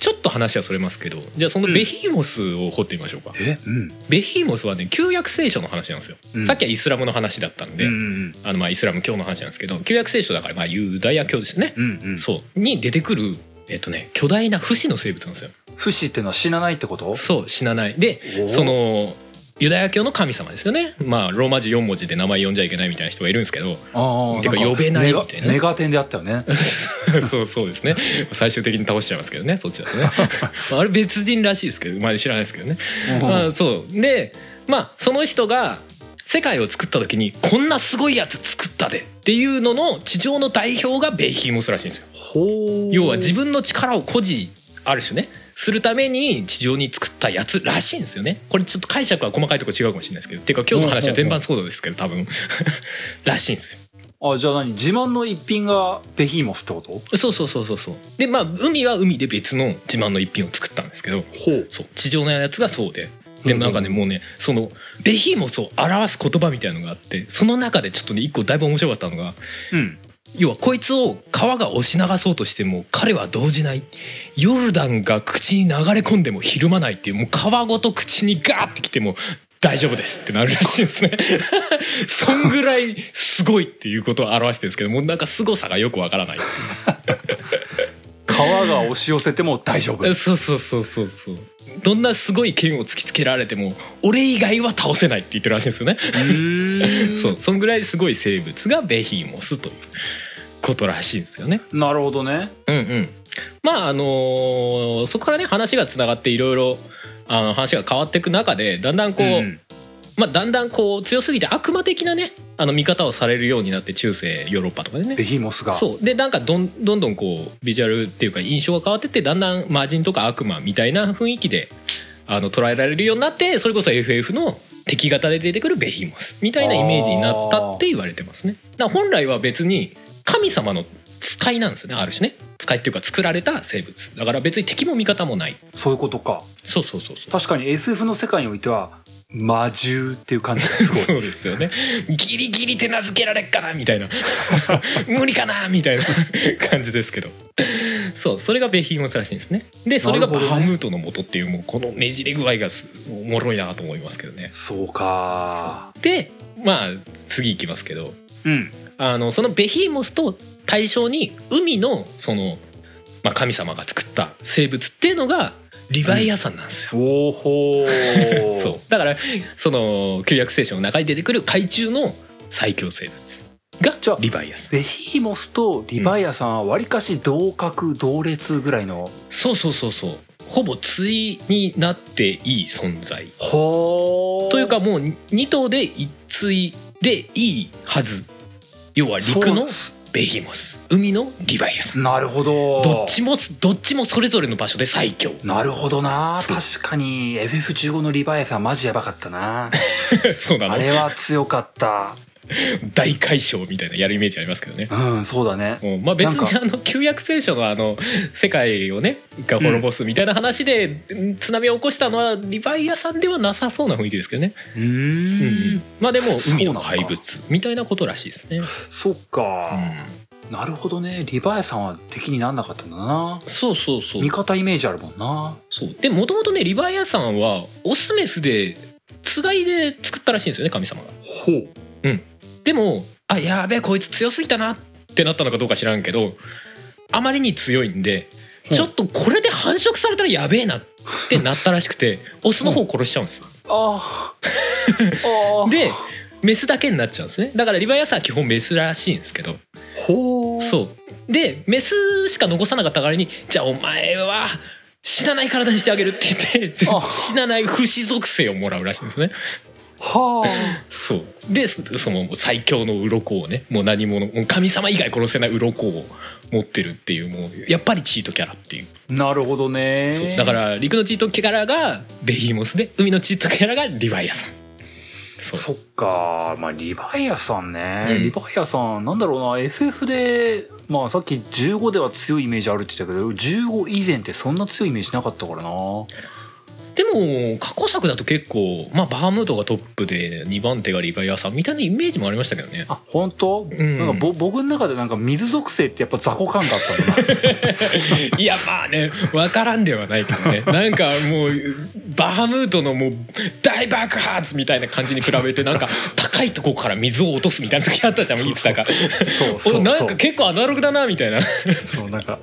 Speaker 2: ちょっと話はそれますけどじゃあそのベヒーモスを掘ってみましょうか、
Speaker 1: えうん
Speaker 2: ベヒーモスはね旧約聖書の話なんですよ、
Speaker 1: うん
Speaker 2: さっきはイスラムの話だったんで、
Speaker 1: うんうん
Speaker 2: あのまあイスラム教の話なんですけど旧約聖書だからまあユダヤ教ですよね、
Speaker 1: うんうん
Speaker 2: そうに出てくるえっとね巨大な不死の生物なんですよ
Speaker 1: 不死ってのは死なないってこと
Speaker 2: そう死なない
Speaker 1: お
Speaker 2: で
Speaker 1: お
Speaker 2: そのユダヤ教の神様ですよねまあローマ字4文字で名前呼んじゃいけないみたいな人がいるんですけど
Speaker 1: ああ
Speaker 2: てか呼べない
Speaker 1: んか
Speaker 2: みた
Speaker 1: ネ
Speaker 2: い
Speaker 1: ガ
Speaker 2: な
Speaker 1: ネガテンであったよね
Speaker 2: そうそうですね最終的に倒しちゃいますけどねそっちだとねまああれ別人らしいですけど、まあ、知らないですけどね、まあ、そうでまあその人が世界を作った時にこんなすごいやつ作ったでっていうのの地上の代表がベイヒーモスらしいんですよ
Speaker 1: <laughs> ほう
Speaker 2: 要は自分の力を誇示ある種ねするために地上に作ったやつらしいんですよねこれちょっと解釈は細かいとこ違うかもしれないですけどっていうか今日の話は全般そうですけど多分 <laughs> らしいんですよ
Speaker 1: あじゃあ何自慢の一品がベヒーモスってことほ
Speaker 2: そうそうそうそうそうでまあ海は海で別の自慢の一品を作ったんですけど
Speaker 1: う
Speaker 2: そう地上のやつがそうでで
Speaker 1: うん
Speaker 2: もなんかねもうねそのベヒーモスを表す言葉みたいのがあってその中でちょっとね一個だいぶ面白かったのが
Speaker 1: <laughs> うん
Speaker 2: 要はこいつを川が押し流そうとしても彼は動じないヨルダンが口に流れ込んでもひるまないっていうもう川ごと口にガーってきても大丈夫ですってなるらしいんですね <laughs> そんぐらいすごいっていうことを表してるんですけどもうなんか凄さがよくわからない
Speaker 1: 川が押し寄せても大丈 <laughs> 夫
Speaker 2: そうそうそうそうそうどんなすごい剣を突きつけられても俺以外は倒せないって言ってるらしいんですよね
Speaker 1: そ
Speaker 2: そうそんぐらいすごい生物がベヒーモスということらしいんですよね
Speaker 1: なるほどね
Speaker 2: うんうん、まああのーそこからね話がつながっていろいろあの話が変わっていく中でだんだんこう、
Speaker 1: ん
Speaker 2: まあ、だんだんこう強すぎて悪魔的なねあの見方をされるようになって中世ヨーロッパとかで
Speaker 1: ベ
Speaker 2: ね。
Speaker 1: ヒーモスが
Speaker 2: そうでなんかどんどんどんこうビジュアルっていうか印象が変わってってだんだん魔人とか悪魔みたいな雰囲気であの捉えられるようになってそれこそ FF の敵型で出てくるベヒモスみたいなイメージになったって言われてますね。だから本来は別に神様の使いなんですよねある種ね使いっていうか作られた生物だから別に敵も味方もない
Speaker 1: そういうことか
Speaker 2: そうそうそうそう
Speaker 1: 確かに SF の世界においては魔獣っていう感じがすごい。
Speaker 2: <laughs> そうですよねギリギリ手なずけられっかなみたいな <laughs> 無理かなみたいな <laughs> 感じですけどそうそれがベヒーモスらしいんですねでそれが
Speaker 1: なる
Speaker 2: バ
Speaker 1: ほどね
Speaker 2: ハムートの元っていうもうこのねじれ具合がすおもろいなと思いますけどね
Speaker 1: そうか
Speaker 2: でまあ次いきますけど
Speaker 1: うん。
Speaker 2: あのそのベヒーモスと対象に海のその、まあ、神様が作った生物っていうのがリヴァイアさんなんですよ。
Speaker 1: おーほー。
Speaker 2: <laughs> そう。だからその旧約聖書の中に出てくる海中の最強生物
Speaker 1: じゃ
Speaker 2: が
Speaker 1: あ
Speaker 2: リヴァイアさん
Speaker 1: ベヒーモスとリヴァイアさんはわりかし同格同列ぐらいの。
Speaker 2: そうそうそうそうほぼ対になっていい存在
Speaker 1: ほー。
Speaker 2: というかもう2頭で一対でいいはず要は陸の
Speaker 1: そう
Speaker 2: ベヒーモス海のリヴァイアさん
Speaker 1: なるほど。
Speaker 2: どっちもどっちもそれぞれの場所で最
Speaker 1: <laughs>
Speaker 2: 強
Speaker 1: なるほどな
Speaker 2: そう
Speaker 1: 確かに FF15 のリヴァイアさんマジやばかった
Speaker 2: <laughs>
Speaker 1: な
Speaker 2: そうなの
Speaker 1: あれは強かった
Speaker 2: 大解消みたいなやるイメージありますけどね。
Speaker 1: うんそうだね
Speaker 2: うんまあ、別
Speaker 1: なん
Speaker 2: に
Speaker 1: か
Speaker 2: あの旧約聖書のあの世界をねが滅ぼすみたいな話でうん津波を起こしたのはリヴァイアさんではなさそうな雰囲気ですけどね、
Speaker 1: うーん
Speaker 2: まあでも
Speaker 1: そう
Speaker 2: 海
Speaker 1: な
Speaker 2: の
Speaker 1: のか
Speaker 2: 怪物みたいなことらしいですね、
Speaker 1: そっ
Speaker 2: う
Speaker 1: か、
Speaker 2: ん
Speaker 1: なるほどねリヴァイアさんは敵になんなかったんだな
Speaker 2: そうそうそう
Speaker 1: 味方イメージあるもんな
Speaker 2: そうでもともとねリヴァイアさんはオスメスでつがいで作ったらしいんですよね神様が
Speaker 1: ほう
Speaker 2: でもあやべえこいつ強すぎたなってなったのかどうか知らんけどあまりに強いんで
Speaker 1: うん
Speaker 2: ちょっとこれで繁殖されたらやべえなってなったらし
Speaker 1: <laughs>
Speaker 2: くてオスの方を殺しちゃうんですよ <laughs>
Speaker 1: あーあー
Speaker 2: でメスだけになっちゃうんですねだからリヴァイアさんは基本メスらしいんですけど
Speaker 1: ほう
Speaker 2: そうでメスしか残さなかった代わりにじゃあお前は死なない体にしてあげるって言って
Speaker 1: あ
Speaker 2: <laughs> 死なない不死属性をもらうらしいんですね
Speaker 1: は
Speaker 2: そうでそその最強の鱗をねもう何者もう神様以外殺せない鱗を持ってるっていうもうやっぱりチートキャラっていう,、
Speaker 1: あなるほど
Speaker 2: そう
Speaker 1: ね
Speaker 2: だから陸のチートキャラがベヒーモスで海のチートキャラがリヴァイアさんそう
Speaker 1: そっかまあリヴァイアさんね、
Speaker 2: うん
Speaker 1: リヴァイアさんなんだろうな FF でまあさっき15では強いイメージあるって言ったけど15以前ってそんな強いイメージなかったからな
Speaker 2: でも過去作だと結構、まあ、バームードがトップで2番手がリヴァイアさんみたいなイメージもありましたけどね
Speaker 1: あ本当、
Speaker 2: ん
Speaker 1: なんかぼ僕の中でなんか水属性ってやっぱ雑魚感があった
Speaker 2: <laughs>
Speaker 1: んだな
Speaker 2: いやまあね分からんではないけどねなんかもうバハムートのもう大爆発みたいな感じに比べてなんか高いとこから水を落とすみたいな時あったじゃん言って <laughs> たから
Speaker 1: そう
Speaker 2: お
Speaker 1: そう
Speaker 2: な
Speaker 1: そ
Speaker 2: ん
Speaker 1: う
Speaker 2: か結構アナログだなみたいな
Speaker 1: そうなんか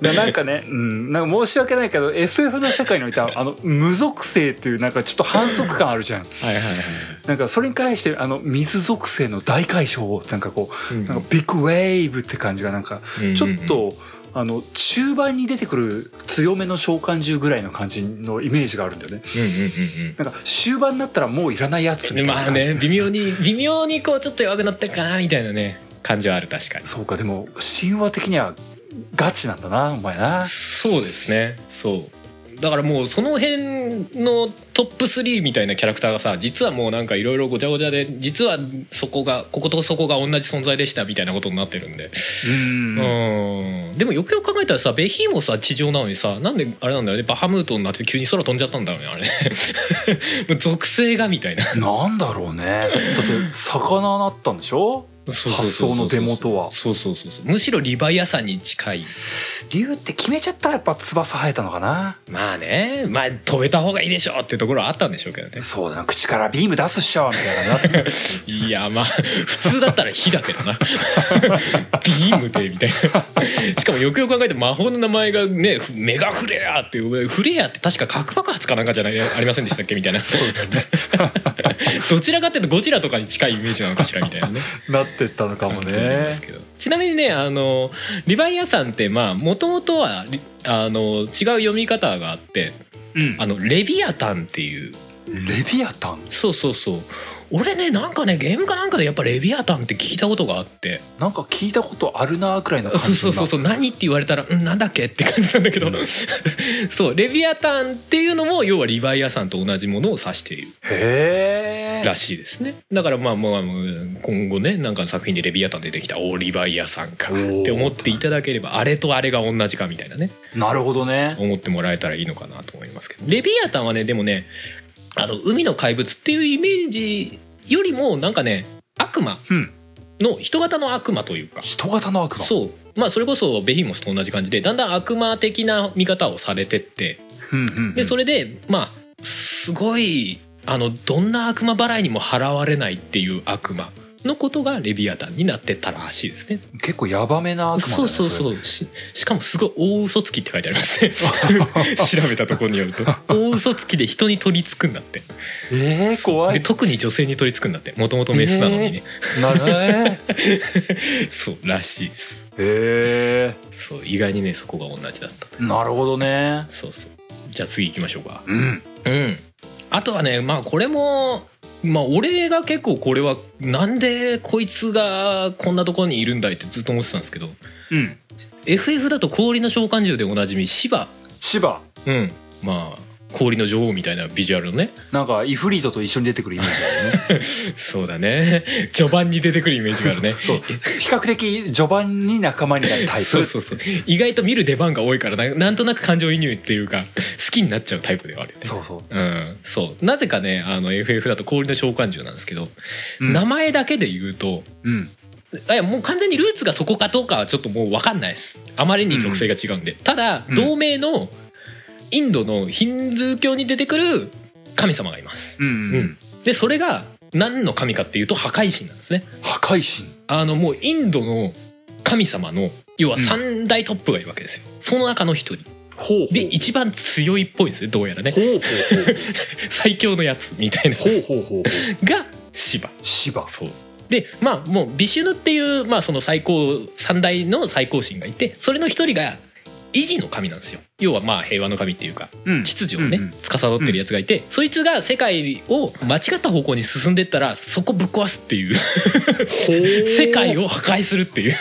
Speaker 1: ななんかね、うん、なんか申し訳ないけど FF の世界においてはあの無属性というなんかちょっと反則感あるじゃん
Speaker 2: はいはいはい
Speaker 1: なんかそれに対してあの水属性の大解消をなんかこう、
Speaker 2: うん
Speaker 1: なんかビッグウェーブって感じがなんか
Speaker 2: うん
Speaker 1: ちょっと、あの中盤に出てくる強めの召喚獣ぐらいの感じのイメージがあるんだよね
Speaker 2: うんうんうん
Speaker 1: なんか終盤になったらもういらないやつ
Speaker 2: う
Speaker 1: み
Speaker 2: ん
Speaker 1: たいな
Speaker 2: まあね微妙に微妙にこうちょっと弱くなってるかなみたいなね感じはある確かに
Speaker 1: そうかでも神話的にはガチなんだなお前な
Speaker 2: そうですねそうだからもうその辺のトップ3みたいなキャラクターがさ実はもうなんかいろいろごちゃごちゃで実はそこがこことそこが同じ存在でしたみたいなことになってるんで
Speaker 1: うん
Speaker 2: うんでもよくよく考えたらさベヒーモスは地上なのにさなんであれなんだろうねバハムートになって急に空飛んじゃったんだろうね <laughs> あれねもう属性がみたいな
Speaker 1: なんだろうねだって魚なったんでしょ
Speaker 2: そうそう
Speaker 1: 発
Speaker 2: そう
Speaker 1: 想
Speaker 2: そ
Speaker 1: の
Speaker 2: う
Speaker 1: 出元は
Speaker 2: そうそうそうそうむしろリヴァイアさんに近い
Speaker 1: 竜って決めちゃったらやっぱ翼生えたのかな
Speaker 2: まあねまあ飛べた方がいいでしょってところはあったんでしょうけどね
Speaker 1: そうだな口からビーム出すっしょみたいなのになって
Speaker 2: いやまあ普通だったら火だけどなビームでみたいなしかもよくよく考えて魔法の名前がねメガフレアっていうフレアって確か核爆発かなんかじゃないありませんでしたっけみたいなそうだねどちらかっていうとゴジラとかに近いイメージなのかしらみたいなね
Speaker 1: <laughs> なってったのかも
Speaker 2: 感じなん
Speaker 1: ね
Speaker 2: ですけどちなみにねあのリヴァイアさんってまあもともとはリあの違う読み方があって
Speaker 1: うん
Speaker 2: あのレビアタンっていう
Speaker 1: レビアタン
Speaker 2: そうそうそう俺ねなんかねゲームかなんかでやっぱレビアタンって聞いたことがあって
Speaker 1: なんか聞いたことあるなくらいの感じ
Speaker 2: そうそうそう
Speaker 1: う
Speaker 2: そう何って言われたらうんなんだっけって感じなんだけど、そうレビアタンっていうのも要はリヴァイアさんと同じものを指している
Speaker 1: へ
Speaker 2: ら
Speaker 1: え
Speaker 2: しいですねだからまあまあまあ今後ねなんかの作品でレビアタン出てきたおーリヴァイアさんか
Speaker 1: おー
Speaker 2: って思っていただければあれとあれが同じかみたいなね
Speaker 1: なるほどね
Speaker 2: 思ってもらえたらいいのかなと思いますけどレビアタンはねでもねあの海の怪物っていうイメージよりもなんかね悪魔
Speaker 1: うん
Speaker 2: の人型の悪魔というか
Speaker 1: 人型の悪魔
Speaker 2: そうまあそれこそベヒモスと同じ感じでだんだん悪魔的な見方をされてって
Speaker 1: うんうんうん
Speaker 2: でそれでまあすごいあのどんな悪魔払いにも払われないっていう悪魔のことがレビアタンになってたらしいですね。
Speaker 1: 結構ヤバめな悪魔だ
Speaker 2: そうそう
Speaker 1: う
Speaker 2: そうししかもすごい大嘘つきって書いてあります
Speaker 1: <laughs>
Speaker 2: ね調べたところによると大嘘つきで人に取りつくんだって
Speaker 1: えー、怖
Speaker 2: で
Speaker 1: い
Speaker 2: 特に女性に取りつくんだってもともとメスなのにね、
Speaker 1: <laughs> なるね
Speaker 2: そうらしいです
Speaker 1: え
Speaker 2: そう意外にねそこが同じだったと
Speaker 1: ー、なるほどね
Speaker 2: そうそうじゃあ次行きましょうか
Speaker 1: うん
Speaker 2: うんあとはねまあこれもまあ俺が結構これはなんでこいつがこんなところにいるんだいってずっと思ってたんですけど
Speaker 1: うん
Speaker 2: FF だと氷の召喚獣でおなじみシバ
Speaker 1: 千葉
Speaker 2: うんまあ氷の女王みたいなビジュアルのね
Speaker 1: なんかイフリートと一緒に出てくるイメージだよね <laughs>
Speaker 2: そうだね序盤に出てくるイメージがあるね
Speaker 1: そう比較的序盤に仲間になるタイプ
Speaker 2: そうそうそう意外と見る出番が多いからななんとなく感情移入っていうか好きになっちゃうタイプではあるよね
Speaker 1: そうそう
Speaker 2: うん、そうなぜかねあの FF だと氷の召喚獣なんですけど、
Speaker 1: うん
Speaker 2: 名前だけで言うと
Speaker 1: うん
Speaker 2: あいやもう完全にルーツがそこかどうかはちょっともう分かんないですあまりに属性が違うんで、ただ
Speaker 1: うん
Speaker 2: 同盟のインドのヒンズー教に出てくる神様がいます
Speaker 1: うん、
Speaker 2: うんでそれが何の神かっていうと破壊神なんですね
Speaker 1: 破壊
Speaker 2: あのもうインドの神様の要は三大トップがいるわけですよ、その中の一人
Speaker 1: 神ほうほう
Speaker 2: で一番強いっぽいんですねどうやらね
Speaker 1: ほう
Speaker 2: 最強のやつみたいな
Speaker 1: ほうほうほうほうほう
Speaker 2: がシバ
Speaker 1: 千葉
Speaker 2: そうでまあもうビシュヌっていう、まあ、その最高三大の最高神がいてそれの一人が維持の神なんですよ要はまあ平和の神っていうか
Speaker 1: うん
Speaker 2: 秩序をね、
Speaker 1: うんうん
Speaker 2: 司ってるやつがいて、そいつが世界を間違った方向に進んでったらそこぶっ壊すってい
Speaker 1: ほ
Speaker 2: う
Speaker 1: う
Speaker 2: 世界を破壊するっていう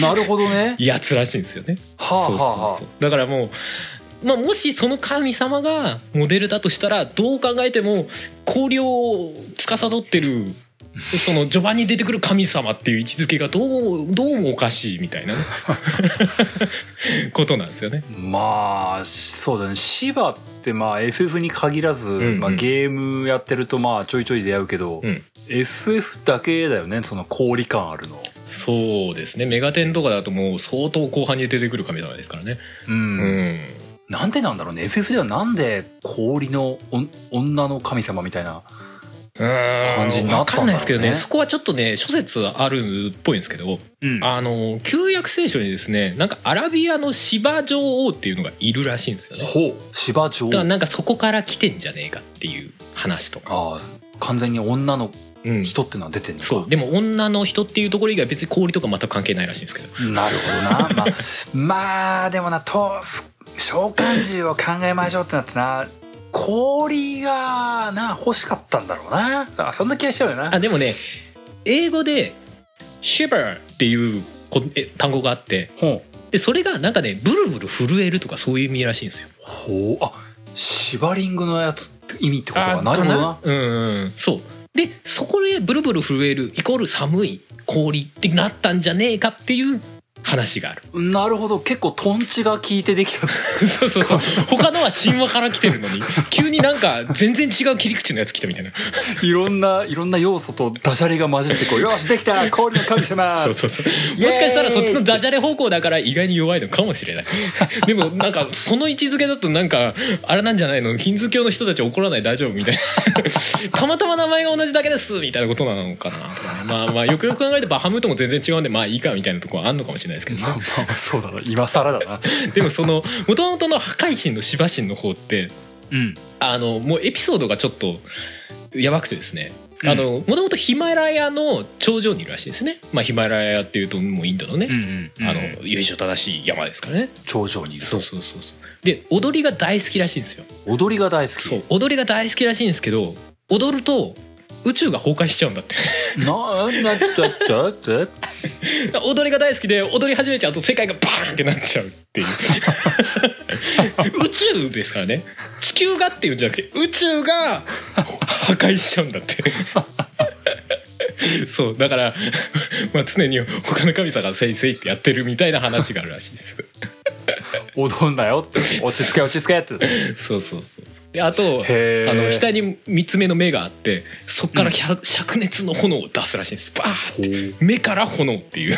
Speaker 1: なるほどね
Speaker 2: やつらしいんですよね。
Speaker 1: はあは
Speaker 2: そう
Speaker 1: あ
Speaker 2: そ
Speaker 1: は
Speaker 2: う
Speaker 1: あ
Speaker 2: そうだからもう、まあ、もしその神様がモデルだとしたらどう考えても氷を司ってるその序盤に出てくる神様っていう位置づけがどうどうもおかしいみたいなねことなんですよね。
Speaker 1: まあそうだね芝ってまあ FF に限らず、
Speaker 2: んうん
Speaker 1: まあ、ゲームやってるとまあちょいちょい出会うけど、
Speaker 2: うん
Speaker 1: FF だけだよねその氷感あるの
Speaker 2: そうですねメガテンとかだともう相当後半に出てくる神様ですからね。
Speaker 1: うん、
Speaker 2: うん、
Speaker 1: なんでなんだろうね FF ではなんで氷のお女の神様みたいな
Speaker 2: 感
Speaker 1: じになったんだろうね
Speaker 2: かんないですけどねそこはちょっとね諸説あるっぽいんですけど、
Speaker 1: うん
Speaker 2: あの旧約聖書にですねなんかアラビアの芝女王っていうのがいるらしいんですよね
Speaker 1: ほう芝女
Speaker 2: だから
Speaker 1: 王
Speaker 2: なんかそこから来てんじゃねえかっていう話とか、
Speaker 1: ああ完全に女の
Speaker 2: うん、
Speaker 1: 人ってのは出てんのか、
Speaker 2: そうでも女の人っていうところ以外別に氷とか全く関係ないらしいんですけど
Speaker 1: なるほどな <laughs> まあまあでもなとす召喚獣を考えましょうってなってな氷がな欲しかったんだろうなさあそんな気がしちゃうよな
Speaker 2: あでもね英語で「シ i バー」っていうこえ単語があって
Speaker 1: ほ
Speaker 2: でそれがなんかねブルブル震えるとかそういう意味らしいんですよ
Speaker 1: うほうあシバリングのやつって意味ってこと
Speaker 2: あ
Speaker 1: はなるほどな
Speaker 2: かうんうんそうでそこでブルブル震えるイコール寒い氷ってなったんじゃねえかっていう
Speaker 1: <laughs>
Speaker 2: 話がある
Speaker 1: なるほど結構トンチが効いてできた
Speaker 2: そうそうそう他のは神話から来てるのに急になんか全然違う切り口のやつ来たみたいない
Speaker 1: ろんないろんな要素とダジャレが混じってこう「よしできた氷の神様
Speaker 2: そうそうそう
Speaker 1: イエーイ
Speaker 2: もしかしたらそっちのダジャレ方向だから意外に弱いのかも
Speaker 1: <laughs>
Speaker 2: しれないでもなんかその位置づけだとなんかあれなんじゃないのヒンズー教の人たち怒らない大丈夫みたい
Speaker 1: <laughs>
Speaker 2: なたまたま名前が同じだけですみたいなことなのかなとかねまあまあよくよく考えてバハムートも全然違うんでまあいいかみたいなとこはあんのかもしれないですけど
Speaker 1: まあまあそうだな今更だな
Speaker 2: でもその元々の破壊神の芝神の方って
Speaker 1: うん
Speaker 2: あのもうエピソードがちょっとやばくてですねあのもともとヒマラヤの頂上にいるらしいですね、まあ、ヒマラヤっていうともうインドのね、
Speaker 1: ん
Speaker 2: あの由緒正しい山ですからね。
Speaker 1: 頂上にいる
Speaker 2: そうそうそうそう。で踊りが大好きらしいんですよ。
Speaker 1: 踊りが大好き
Speaker 2: そう踊りが大好きらしいんですけど踊ると宇宙が崩壊しちゃうんだって <laughs>
Speaker 1: ななだだだだ
Speaker 2: 踊りが大好きで踊り始めちゃうと世界がバーンってなっちゃうっていう <laughs> 宇宙ですからね地球がっていうんじゃなくて宇宙が破壊しちゃうんだって <laughs> そうだから、まあ、常に他の神様が「せいせい」ってやってるみたいな話があるらしいです
Speaker 1: おどんだよって落ち着け落ち着けって
Speaker 2: そうそうそうそうであと
Speaker 1: へー
Speaker 2: あの額に3つ目の目があってそっからひゃ灼熱の炎を出すらしいんですバーって目から炎っていう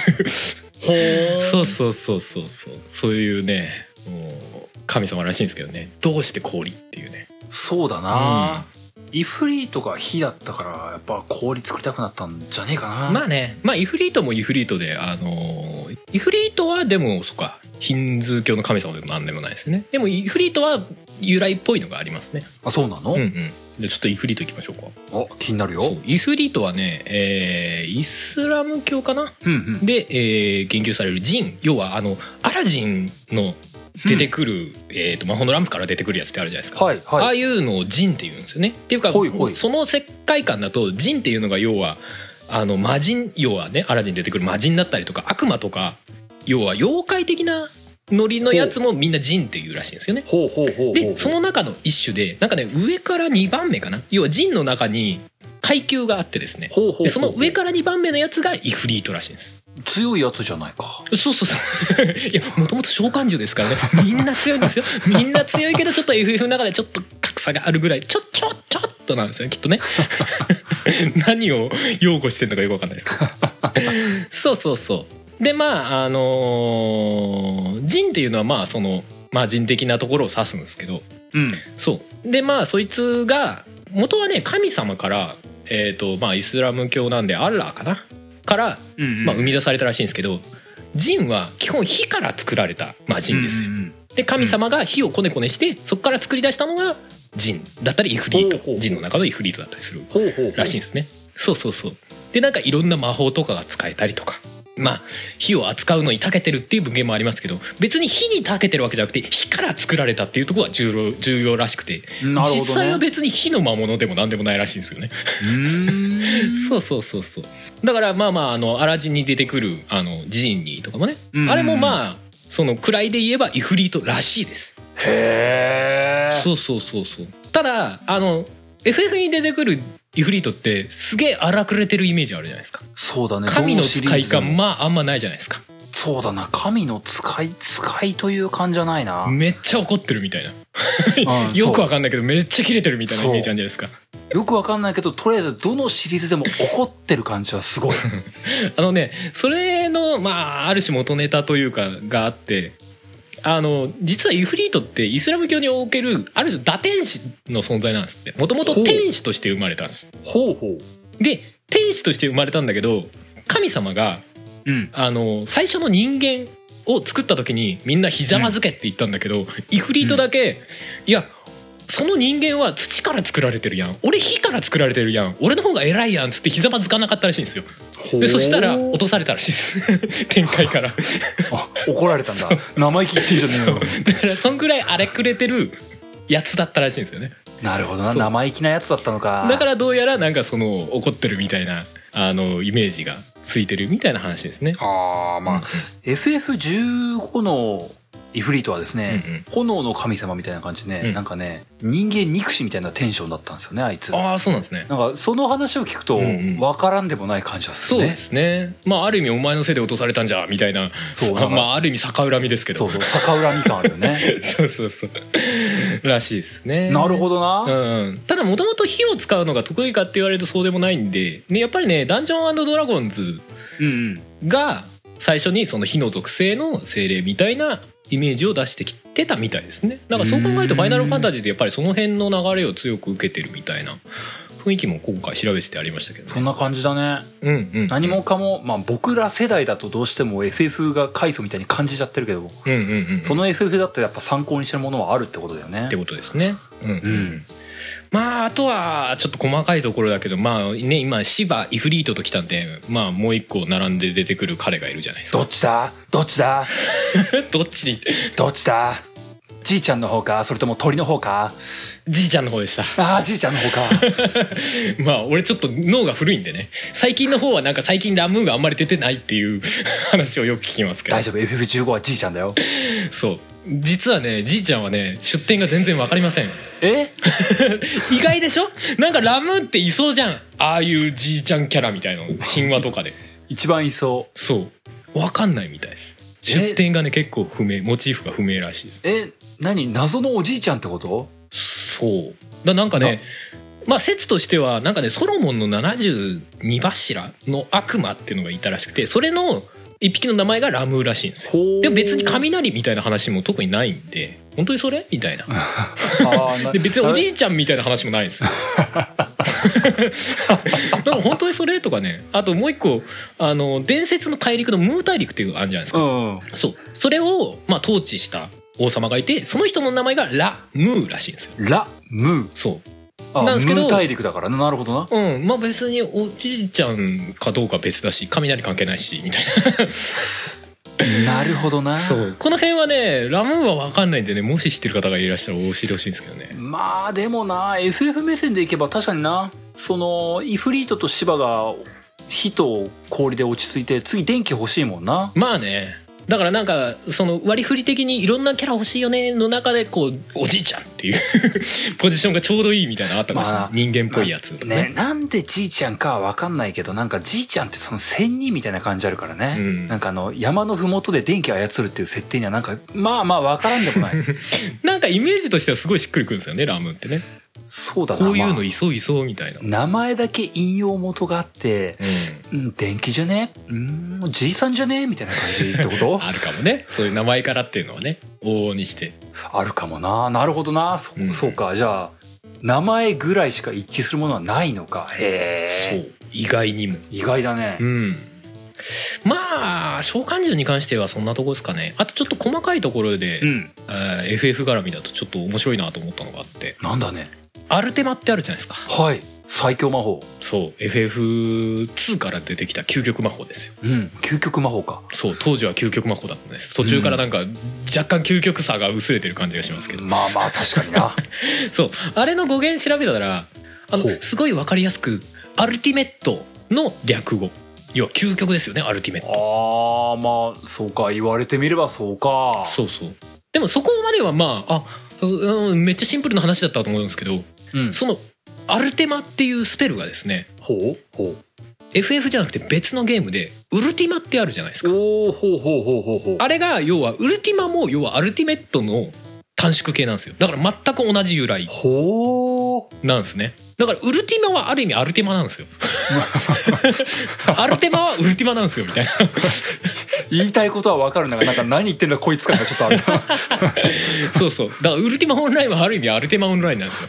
Speaker 1: ほう
Speaker 2: そうそうそうそうそうそういうねもう神様らしいんですけどねどうして氷っていうね
Speaker 1: そうだな、イフリーとか火だったからやっぱ氷作りたくなったんじゃねえかな、
Speaker 2: まあねまあイフリートもイフリートであのーイフリートはでもそっかヒンズー教の神様でも何でもないですねでもイフリートは由来っぽいのがありますね
Speaker 1: あそうなの、
Speaker 2: うんうんでちょっとイフリートいきましょうか
Speaker 1: お気になるよ
Speaker 2: そうイフリートはね、えーイスラム教かな
Speaker 1: うんうん
Speaker 2: で、えー言及されるジン要はあのアラジンの出てくる、えー、と魔法のランプから出てくるやつってあるじゃないですか、
Speaker 1: はい
Speaker 2: ああ
Speaker 1: はい
Speaker 2: いうのをジンって言うんですよね。っていうか
Speaker 1: ほいほい
Speaker 2: その世界観だとジンっていうのが要はあの魔人要はねアラジンに出てくる魔人だったりとか悪魔とか要は妖怪的なノリのやつもみんなジンっていうらしいんですよね。
Speaker 1: ほうほうほうほう
Speaker 2: でその中の一種でなんかね上から2番目かな要はジンの中に階級があってですね
Speaker 1: ほうほうほう
Speaker 2: でその上から2番目のやつがイフリートらしいんです。
Speaker 1: 強いやつじゃないか
Speaker 2: そうそうそう。 <laughs> いや、もともと召喚獣ですからね。みんな強いんですよ。みんな強いけど、ちょっと FF の中でちょっと格差があるぐらい、ちょ、ちょ、ちょっとなんですよ、きっとね。 <laughs> 何を擁護してんのかよくわかんないですけど。そうそうそう。で、まあ、あのー、ジンっていうのは、まあ、その、まあ、人的なところを指すんですけど、
Speaker 1: うん
Speaker 2: そうでまあそいつが元はね神様からえっ、とまあイスラム教なんでアッラーかなから、
Speaker 1: うんうん
Speaker 2: まあ、生み出されたらしいんですけど、ジンは基本火から作られた、まあ、ジンですよ。
Speaker 1: うんうんうん
Speaker 2: で神様が火をこねこねしてそこから作り出したのがジンだったりイフ
Speaker 1: ほ
Speaker 2: リー
Speaker 1: うほうほ
Speaker 2: ト
Speaker 1: う
Speaker 2: ジンの中のイフリートだったりする
Speaker 1: ほうほうほう
Speaker 2: らしいんですね。そうそうそうでなんかいろんな魔法とかが使えたりとかまあ火を扱うのに長けてるっていう文言もありますけど別に火に長けてるわけじゃなくて火から作られたっていうところが重要重要らしくて、
Speaker 1: なるほどね
Speaker 2: 実際は別に火の魔物でも何でもないらしいんですよね。
Speaker 1: うーん
Speaker 2: そうそうそうそうだからまあまああのアラジンに出てくるあのジーニーとかもね、
Speaker 1: うん
Speaker 2: あれもまあその位で言えばイフリートらしいです。
Speaker 1: へえ
Speaker 2: そうそうそうそうただあの FF に出てくるイフリートってすげえ荒くれてるイメージあるじゃないですか
Speaker 1: そうだね
Speaker 2: 神の
Speaker 1: どシ
Speaker 2: 使
Speaker 1: リー
Speaker 2: い
Speaker 1: ズで
Speaker 2: 感
Speaker 1: も
Speaker 2: まああんまないじゃないですか
Speaker 1: そうだな神の使い使いという感じじゃないな、
Speaker 2: めっちゃ怒ってるみたいな
Speaker 1: うん
Speaker 2: よく
Speaker 1: そう
Speaker 2: わかんないけどめっちゃキレてるみたいなイメージあるんじゃないですか
Speaker 1: よくわかんないけどとりあえずどのシリーズでも怒ってる感じはすごい
Speaker 2: あのねそれのまあある種元ネタというかがあってあの実はイフリートってイスラム教におけるある種堕天使の存在なんですってもともと天使として生まれたんです
Speaker 1: ほうほう
Speaker 2: で天使として生まれたんだけど神様が
Speaker 1: うん
Speaker 2: あの最初の人間を作った時にみんなひざまずけって言ったんだけど、イフリートだけ、いやその人間は土から作られてるやん俺火から作られてるやん俺の方が偉いやんっつってひざまずかなかったらしいんですよ
Speaker 1: ほう
Speaker 2: でそしたら落とされたらしいです <laughs> 展開から
Speaker 1: あ怒られたんだ生意気言ってんじゃねえよ
Speaker 2: だからそんぐらい荒れくれてるやつだったらしいんですよね
Speaker 1: なるほどな
Speaker 2: そう
Speaker 1: 生意気なやつだったのか
Speaker 2: だかららどうやらなんかその怒ってるみたいなあのイメージがついてるみたいな話ですね
Speaker 1: ああまあ、FF15 のイフリートはですね、
Speaker 2: うんうん
Speaker 1: 炎の神様みたいな感じでね、
Speaker 2: うん
Speaker 1: なんかね人間憎しみたいなテンションだったんですよねあいつ
Speaker 2: ああそうなんですね
Speaker 1: なんかその話を聞くと
Speaker 2: うん
Speaker 1: 分
Speaker 2: うん
Speaker 1: からんでもない感じがす
Speaker 2: そう
Speaker 1: る
Speaker 2: で
Speaker 1: ね、
Speaker 2: すね。まあある意味お前のせいで落とされたんじゃみたいな。
Speaker 1: そう
Speaker 2: ま
Speaker 1: な
Speaker 2: あ
Speaker 1: んか
Speaker 2: まあある意味逆恨みですけ
Speaker 1: そ
Speaker 2: ど。
Speaker 1: うそう逆恨み感あるよね
Speaker 2: <laughs> そうそうそう。らしいです <laughs> ね。
Speaker 1: なるほどな、
Speaker 2: うんうん、ただもともと火を使うのが得意かって言われるとそうでもないんで、ね、やっぱりね「ダンジョンドラゴンズ
Speaker 1: うんうん」
Speaker 2: が最初にその火の属性の精霊みたいなイメージを出してきてたみたいですねなんかそう考える
Speaker 1: う
Speaker 2: と「
Speaker 1: ん
Speaker 2: ファイナルファンタジー」でやっぱりその辺の流れを強く受けてるみたいな雰囲気も今回調べててありましたけど
Speaker 1: そ
Speaker 2: ね
Speaker 1: んな感じだね
Speaker 2: うんうん、
Speaker 1: 何もかも、まあ、僕ら世代だとどうしても FF が快祖みたいに感じちゃってるけど
Speaker 2: うんうんうん
Speaker 1: その FF だとやっぱ参考にしてるものはあるってことだよね
Speaker 2: ってことですね。うん、
Speaker 1: ん
Speaker 2: まああとはちょっと細かいところだけどまあね今芝イフリートと来たんでまあもう一個並んで出てくる彼がいるじゃないです
Speaker 1: ど
Speaker 2: <laughs> か。
Speaker 1: っちだどっちだ
Speaker 2: どっちに
Speaker 1: どっちだじいちゃんの方かそれとも鳥の方か
Speaker 2: じいちゃんの方でした。
Speaker 1: ああじいちゃんの方か
Speaker 2: <laughs> まあ俺ちょっと脳が古いんでね最近の方はなんか最近ラムーンがあんまり出てないっていう <laughs> 話をよく聞きますけど
Speaker 1: 大丈夫 FF15 はじいちゃんだよ
Speaker 2: そう実はねじいちゃんはね出典が全然わかりません。
Speaker 1: え
Speaker 2: 意外でしょなんかラムーンっていそうじゃんああいうじいちゃんキャラみたいなの神話とかで。
Speaker 1: 一番いそ
Speaker 2: そうわかんないみたいです。出典がね結構不明モチーフが不明らしいです
Speaker 1: え何謎のおじいちゃんってこと
Speaker 2: そうだなんかねまあ説としてはなんかねソロモンの72柱の悪魔っていうのがいたらしくてそれの一匹の名前がラムーらしいんですよでも別に雷みたいな話も特にないんで本当にそれみ
Speaker 1: <laughs>
Speaker 2: たいなで別におじ
Speaker 1: い
Speaker 2: いちゃんみたいな話もないんです
Speaker 1: <laughs>
Speaker 2: よでも本当にそれとかねあともう一個あの伝説の大陸のムー大陸っていうのがあるじゃないです
Speaker 1: う
Speaker 2: か、
Speaker 1: んうん
Speaker 2: そうそれをまあ統治した王様がいてその人の名前がラ・ムーらしいんですよ
Speaker 1: ラムー
Speaker 2: そう
Speaker 1: あ
Speaker 2: なんですけど
Speaker 1: ムー大陸だからななるほどな
Speaker 2: うん、まあ別におじいちゃんかどうかは別だし雷関係ないしみたい
Speaker 1: なるほどな
Speaker 2: なそうこの辺はねラムーは分かんないんでねもし知ってる方がいらっしゃら教えてほしいんですけどね
Speaker 1: まあでもな FF 目線でいけば確かになそのイフリートと芝が火と氷で落ち着いて次電気欲しいもんな
Speaker 2: まあねだからなんかその割り振り的にいろんなキャラ欲しいよねの中でこうおじいちゃんっていう <laughs> ポジションがちょうどいいみたいなのあったかもしれない、
Speaker 1: まあ
Speaker 2: 人間っぽいやつとか
Speaker 1: ね
Speaker 2: ね,、
Speaker 1: なんでじいちゃんかは分かんないけどなんかじいちゃんってその仙人みたいな感じあるからね、
Speaker 2: うん
Speaker 1: なんかあの山の麓で電気操るっていう設定にはなんかまあまあ分からんでもない
Speaker 2: なんかイメージとしてはすごいしっくりくるんですよねラムーってね
Speaker 1: <laughs> そうだな
Speaker 2: こういう
Speaker 1: ま
Speaker 2: のいそういそうみたいな、
Speaker 1: あ名前だけ引用元があって「
Speaker 2: うん
Speaker 1: うん電気じゃねうんじいさんじゃね?」みたいな感じってこと <laughs>
Speaker 2: あるかもねそういう名前からっていうのはね往々にして
Speaker 1: あるかもななるほどなそ,、う
Speaker 2: うん
Speaker 1: そうかじゃあ名前ぐらいしか一致するものはないのかへ
Speaker 2: そ
Speaker 1: え
Speaker 2: う意外にも
Speaker 1: 意外だね、
Speaker 2: うんまあ召喚獣に関してはそんなとこですかねあとちょっと細かいところで、
Speaker 1: うん、
Speaker 2: あー FF 絡みだとちょっと面白いなと思ったのがあって
Speaker 1: なんだね
Speaker 2: アルテマってあるじゃないですか
Speaker 1: はい最強魔法
Speaker 2: そう FF2 から出てきた究極魔法ですよ
Speaker 1: うん究極魔法か
Speaker 2: そう当時は究極魔法だったんです途中からなんか若干究極さが薄れてる感じがしますけど、
Speaker 1: まあまあ確かにな
Speaker 2: そうあれの語源調べたらあの
Speaker 1: ほう
Speaker 2: すごい分かりやすくアルティメットの略語要は究極ですよねアルティメット
Speaker 1: あーまあそうか言われてみればそうか
Speaker 2: そうそうでもそこまではまああそううんめっちゃシンプルな話だったと思うんですけど
Speaker 1: う、ん、
Speaker 2: そのアルテマっていうスペルがですね
Speaker 1: ほうほう
Speaker 2: FF じゃなくて別のゲームでウルティマってあるじゃないですか
Speaker 1: おーほうほうほうほうほう
Speaker 2: あれが要はウルティマも要はアルティメットの短縮系なんですよだから全く同じ由来
Speaker 1: ほ
Speaker 2: なんですねだからウルティマはある意味アルティマなん
Speaker 1: <laughs>
Speaker 2: ですよアルテマはウルティマなんですよみたいな
Speaker 1: う言いたいことはわかるんだがなんか何言ってんだこいつ感がちょっとある <laughs> な
Speaker 2: そうそうだからウルティマオンラインはある意味アルテマオンラインなん
Speaker 1: <laughs>
Speaker 2: ですよ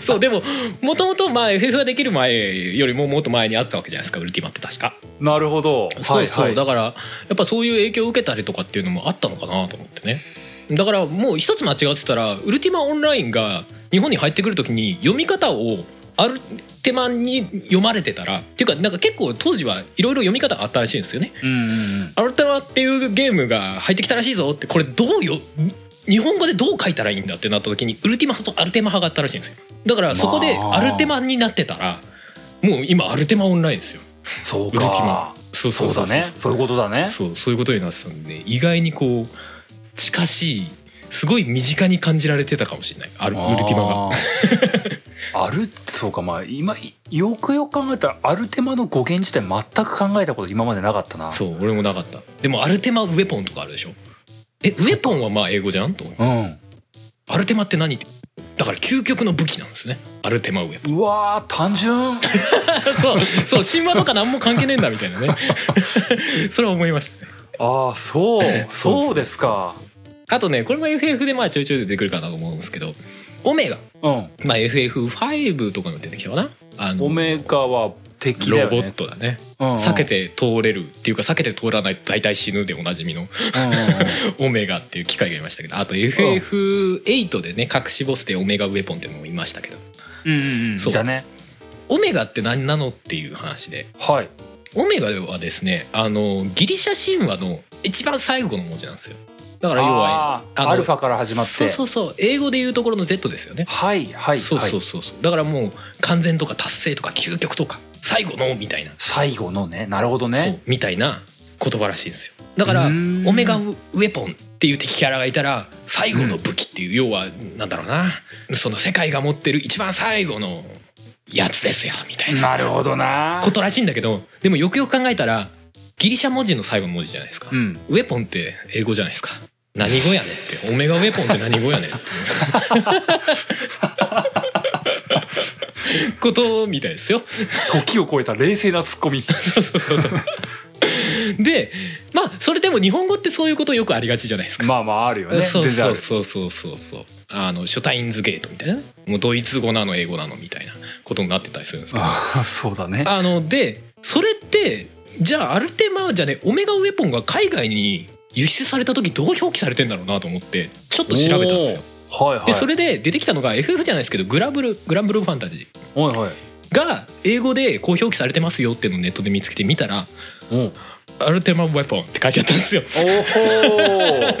Speaker 2: そうでももともと FF ができる前よりももっと前にあったわけじゃないですかウルティマって確か
Speaker 1: なるほど
Speaker 2: そうそう、
Speaker 1: はいは
Speaker 2: だ
Speaker 1: い、
Speaker 2: からやっぱそういう影響を受けたりとかっていうのもあったのかなと思ってねだからもう一つ間違ってたらウルティマオンラインが日本に入ってくる時に読み方をアルテマに読まれてたらっていうかなんか結構当時はいろいろ読み方があったらしいんですよね
Speaker 1: うんうんうん
Speaker 2: アルテマっていうゲームが入ってきたらしいぞってこれどうよ日本語でどう書いたらいいんだってなった時にウルティマ派とアルテマ派があったらしいんですよだからそこで
Speaker 1: まあ
Speaker 2: アルテマになってたらもう今アルテマオンラインですよ
Speaker 1: そう
Speaker 2: ウルティ
Speaker 1: か
Speaker 2: マそう
Speaker 1: そうだねそういうことだね
Speaker 2: そうそういうことになってたんで意外にこう近しいすごい身近に感じられてたかもしれないあるウルティマが。
Speaker 1: がアルそうかまあ今よくよく考えたらアルテマの語源自体全く考えたこと今までなかったな
Speaker 2: そう俺もなかったでもアルテマウェポンとかあるでしょえウェポンはまあ英語じゃんと思って
Speaker 1: うん
Speaker 2: アルテマって何ってだから究極の武器なんですねアルテマウェポ
Speaker 1: うわー単純
Speaker 2: ン <laughs> そうそう神話とか何も関係ねえんだみたいなね <laughs> それは思いましたね
Speaker 1: ああそう
Speaker 2: <laughs> そう
Speaker 1: そうですか
Speaker 2: あとねこれも FF でまあちょいちょい出てくるかなと思うんですけどオメガ
Speaker 1: うん
Speaker 2: まあ FF5 とかにも出てきたかなあの
Speaker 1: オメガは敵だ
Speaker 2: ロ
Speaker 1: よ
Speaker 2: ボッ
Speaker 1: ね
Speaker 2: トだね
Speaker 1: うんうん
Speaker 2: 避けて通れるっていうか避けて通らないと大体死ぬでおなじみの
Speaker 1: うんうんうん
Speaker 2: オメガっていう機械がいましたけどあと FF8 でね隠しボスでオメガウェポンっていうのもいましたけど
Speaker 1: うんうんうん
Speaker 2: そう
Speaker 1: だね
Speaker 2: オメガって何なのっていう話で
Speaker 1: はい
Speaker 2: オメガはですねあのギリシャ神話の一番最後の文字なんですよだから要は
Speaker 1: あー
Speaker 2: あの
Speaker 1: アルファから始まって
Speaker 2: そうそうそう英語で言うところの Z ですよね
Speaker 1: はいはい
Speaker 2: そうそ
Speaker 1: は
Speaker 2: う
Speaker 1: い
Speaker 2: そうそうだからもう完全とか達成とか究極とか最後のみたいな
Speaker 1: 最後のねなるほど
Speaker 2: そう
Speaker 1: ね
Speaker 2: みたいな言葉らしいんですよだから
Speaker 1: う
Speaker 2: オ
Speaker 1: ーん
Speaker 2: メガウェポンっていう敵キャラがいたら最後の武器っていう、要はなんだろうなその世界が持ってる一番最後のやつですよみたいな
Speaker 1: なるほどな
Speaker 2: ことらしいんだけどでもよくよく考えたらギリシャ文字の最後の文字じゃないですか、
Speaker 1: うん。
Speaker 2: ウェポンって英語じゃないですか何語やねんってオメガウェポンって何語やねんっていうことみたいですよ
Speaker 1: 時を超えた冷静なツッ
Speaker 2: <laughs>
Speaker 1: コミ。
Speaker 2: そうそうそうそうでまあそれでも日本語ってそういうことよくありがちじゃないですか
Speaker 1: まあまああるよね。
Speaker 2: そう
Speaker 1: 全然あ
Speaker 2: そう
Speaker 1: る。
Speaker 2: そうそうそうそうあのシュタインズゲートみたいなねもうドイツ語なの英語なのみたいなことになってたりするんですけど
Speaker 1: あそうだね。
Speaker 2: あのでそれってじゃあアルテマじゃねオメガウェポンが海外に輸出された時どう表記されてんだろうなと思ってちょっと調べたんですよ
Speaker 1: はいはい。
Speaker 2: でそれで出てきたのが FF じゃないですけどグラブルグランブルーファンタジ
Speaker 1: はいはい。
Speaker 2: ーが英語でこう表記されてますよっていうのをネットで見つけてみたら
Speaker 1: おお
Speaker 2: 「アルテマウェポン」って書いてあったんですよ
Speaker 1: ほー。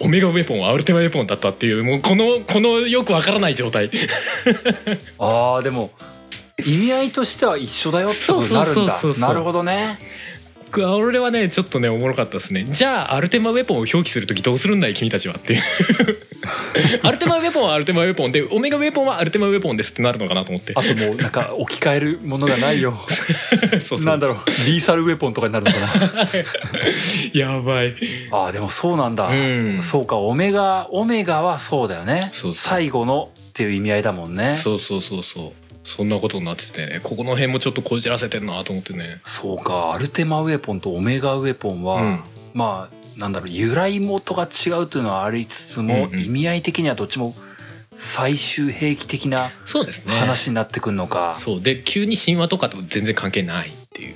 Speaker 2: オメガウェポンはアルテマウェポンだったっていうもうこのこのよくわからない状態
Speaker 1: ああでも意味合いとしては一緒だよってことになるんだ
Speaker 2: そうそうそうそう
Speaker 1: なるほどね
Speaker 2: 俺はねちょっとねおもろかったですねじゃあアルテマウェポンを表記する時どうするんだい君たちはっ
Speaker 1: <laughs>
Speaker 2: ていうアルテマウェポンはアルテマウェポンでオメガウェポンはアルテマウェポンですってなるのかなと思って
Speaker 1: あともうなんか置き換えるものがないよ
Speaker 2: そうそ
Speaker 1: なん
Speaker 2: う
Speaker 1: だろうリーサルウェポンとかになるのか
Speaker 2: <laughs>
Speaker 1: な
Speaker 2: やばい
Speaker 1: ああでもそうなんだ、
Speaker 2: うん
Speaker 1: そうかオメガオメガはそうだよね
Speaker 2: そうそう
Speaker 1: 最後のっていう意味合いだもんね
Speaker 2: そうそうそうそうそんなことになっててねここの辺もちょっとこじらせてんなと思ってね
Speaker 1: そうかアルテマウェポンとオメガウェポンは、
Speaker 2: うん
Speaker 1: まあなんだろう由来元が違うというのはありつつも、
Speaker 2: うんうん
Speaker 1: 意味合い的にはどっちも最終兵器的な
Speaker 2: そうですね
Speaker 1: 話になってくるのか、
Speaker 2: そうで急に神話とかと全然関係ないっていう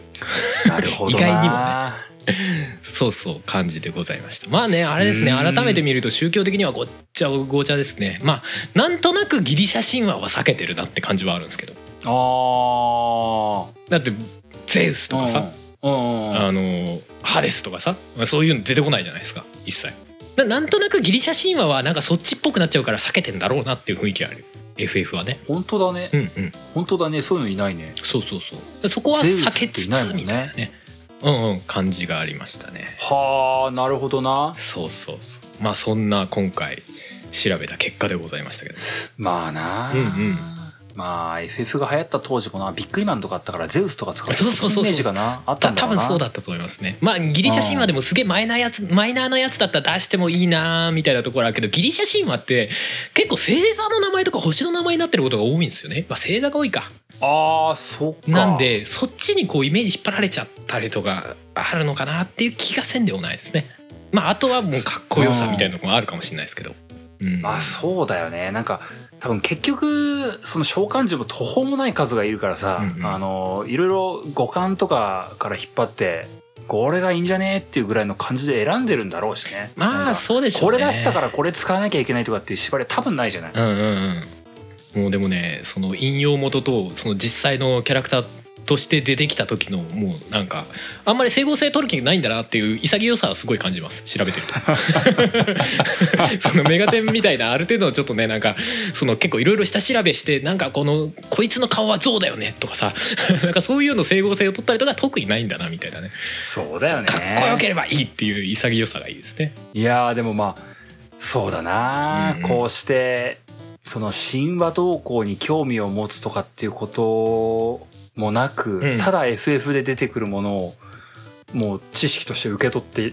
Speaker 1: なるほどな
Speaker 2: 意外にもねそうそう感じでございましたまあねあれですね
Speaker 1: うん
Speaker 2: 改めて見ると宗教的にはごっちゃごちゃですねまあなんとなくギリシャ神話は避けてるなって感じはあるんですけど
Speaker 1: あ
Speaker 2: だってゼウス
Speaker 1: あ
Speaker 2: とかさ、
Speaker 1: うんうんうん、
Speaker 2: あのハデスとかさまあそういうの出てこないじゃないですか一切だなんとなくギリシャ神話はなんかそっちっぽくなっちゃうから避けてんだろうなっていう雰囲気ある FF はね
Speaker 1: 本当だね
Speaker 2: うんうん
Speaker 1: 本当だねそういうのいないね
Speaker 2: そうそうそうそこは
Speaker 1: ゼウス
Speaker 2: 避け
Speaker 1: って
Speaker 2: つ
Speaker 1: いない
Speaker 2: つ
Speaker 1: もんね
Speaker 2: みたいなねうんうん感じがありましたね
Speaker 1: はあなるほどな
Speaker 2: そうそうそうまあそんな今回調べた結果でございましたけど
Speaker 1: まあな、
Speaker 2: うんうん
Speaker 1: まあ FF が流行った当時このビックリマンとかあったからゼウスとか使って
Speaker 2: そうそうそうそ
Speaker 1: っちのイメ
Speaker 2: う
Speaker 1: ージかなあった
Speaker 2: た
Speaker 1: んだ
Speaker 2: 多
Speaker 1: ろうな
Speaker 2: 分そうだったと思いますねまあギリシャ神話でもすげえマイナーやつマイナーなやつだったら出してもいいなーみたいなところあるけどギリシャ神話って結構星座の名前とか星の名前になってることが多いんですよね、まあ、星座が多いか
Speaker 1: ああそっか
Speaker 2: なんでそっちにこうイメージ引っ張られちゃったりとかあるのかなっていう気がせんでもないですねまああとはもうかっこよさみたいなとこもあるかもしれないですけど、うん、
Speaker 1: まあそうだよねなんか多分結局その召喚獣も途方もない数がいるからさ、
Speaker 2: うんうん
Speaker 1: あのいろいろ五感とかから引っ張ってこれがいいんじゃねっていうぐらいの感じで選んでるんだろうしねなん
Speaker 2: ま
Speaker 1: か
Speaker 2: あそうでしょ
Speaker 1: こ
Speaker 2: うね
Speaker 1: れ出したからこれ使わなきゃいけないとかっていう縛りは多分ないじゃない、
Speaker 2: うんうんうんもうでもねその引用元とその実際のキャラクターとして出てきた時のもうなんかあんまり整合性取る気ないんだなっていう潔さはすごい感じます調べてるとそのメガテンみたいなある程度のちょっとねなんかその結構いろいろ下調べしてなんかこのこいつの顔は象だよねとかさ <laughs> なんかそういうの整合性を取ったりとか特にないんだなみたいなね
Speaker 1: そうだよね
Speaker 2: かっこよければいいっていう潔さがいいですね
Speaker 1: いやーでもまあそうだな、
Speaker 2: うんうん
Speaker 1: こうしてその神話動向に興味を持つとかっていうこともなく、
Speaker 2: うん
Speaker 1: ただ FF で出てくるものをもう知識として受け取って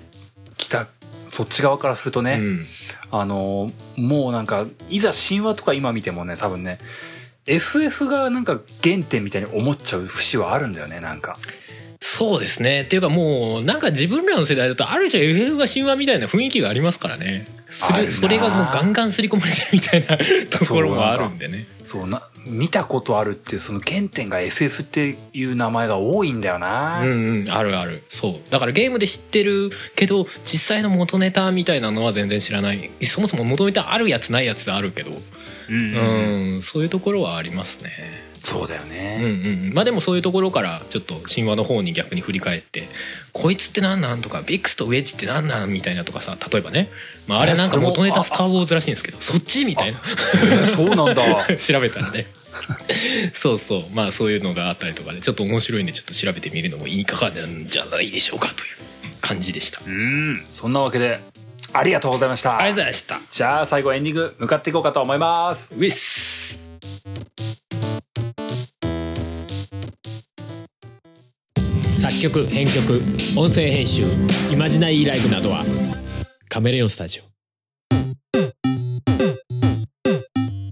Speaker 1: きたそっち側からするとね、
Speaker 2: うん
Speaker 1: あのーもうなんかいざ神話とか今見てもね多分ね FF がなんか原点みたいに思っちゃう節はあるんだよねなんか。
Speaker 2: そうですねっていうかもうなんか自分らの世代だとある種 FF が神話みたいな雰囲気がありますからねそ
Speaker 1: ある
Speaker 2: れ
Speaker 1: な
Speaker 2: それがもうガンガン刷り込まれてるみたいなところもあるんでね
Speaker 1: そうな見たことあるっていうその原点が FF っていう名前が多いんだよな、
Speaker 2: うんうんあるあるそうだからゲームで知ってるけど実際の元ネタみたいなのは全然知らないそもそも元ネタあるやつないやつであるけど
Speaker 1: うん
Speaker 2: うんそういうところはありますね
Speaker 1: そうだよ
Speaker 2: うんう
Speaker 1: ね、
Speaker 2: んまあでもそういうところからちょっと神話の方に逆に振り返って「こいつってなんなん?」とか「ビックスとウェッジってなんなん?」みたいなとかさ例えばね、まあ、あれはなんか元ネタ「スター・ウォーズ」らしいんですけどそっちみたいな
Speaker 1: そうなん <laughs> だ
Speaker 2: 調べたらねそうそうまあそういうのがあったりとかでちょっと面白いんでちょっと調べてみるのもいいかがなんじゃないでしょうかという感じでした。
Speaker 1: うんそんなわけでありがとうございました
Speaker 2: ありがとうございました
Speaker 1: じゃあ最後エンディング向かっていこうかと思います
Speaker 2: ウィス
Speaker 3: 「作曲編曲音声編集イマジナイーライブなどはカメレオンスタジオ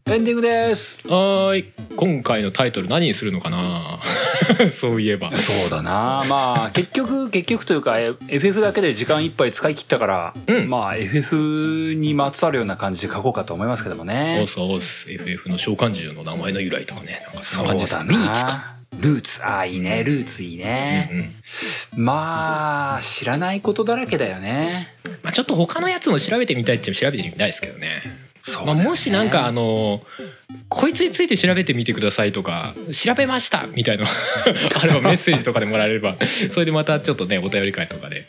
Speaker 1: エンディングです
Speaker 2: はーい今回のタイトル何にするのかな <laughs> そういえば
Speaker 1: そうだなまあ結局結局というかえ FF だけで時間いっぱい使い切ったから、
Speaker 2: うん
Speaker 1: まあ FF にまつわるような感じで書こうかと思いますけども
Speaker 2: オ
Speaker 1: ね
Speaker 2: ースオース FF の召喚獣の名前の由来とかねなんかそ
Speaker 1: そ
Speaker 2: ん
Speaker 1: う
Speaker 2: な感じです
Speaker 1: だな
Speaker 2: ルーツか、
Speaker 1: ルーツああいいねルーツいいね、
Speaker 2: うんうん
Speaker 1: まあ知らないことだらけだよね
Speaker 2: まあ、ちょっと他のやつも調べてみたいっちゃ調べてみたいですけどね
Speaker 1: そう
Speaker 2: まあ、
Speaker 1: だよね
Speaker 2: もしなんかあのこいつについて調べてみてくださいとか調べましたみたいな <laughs> あればメッセージとかでもらえればそれでまたちょっとねお便り会とかで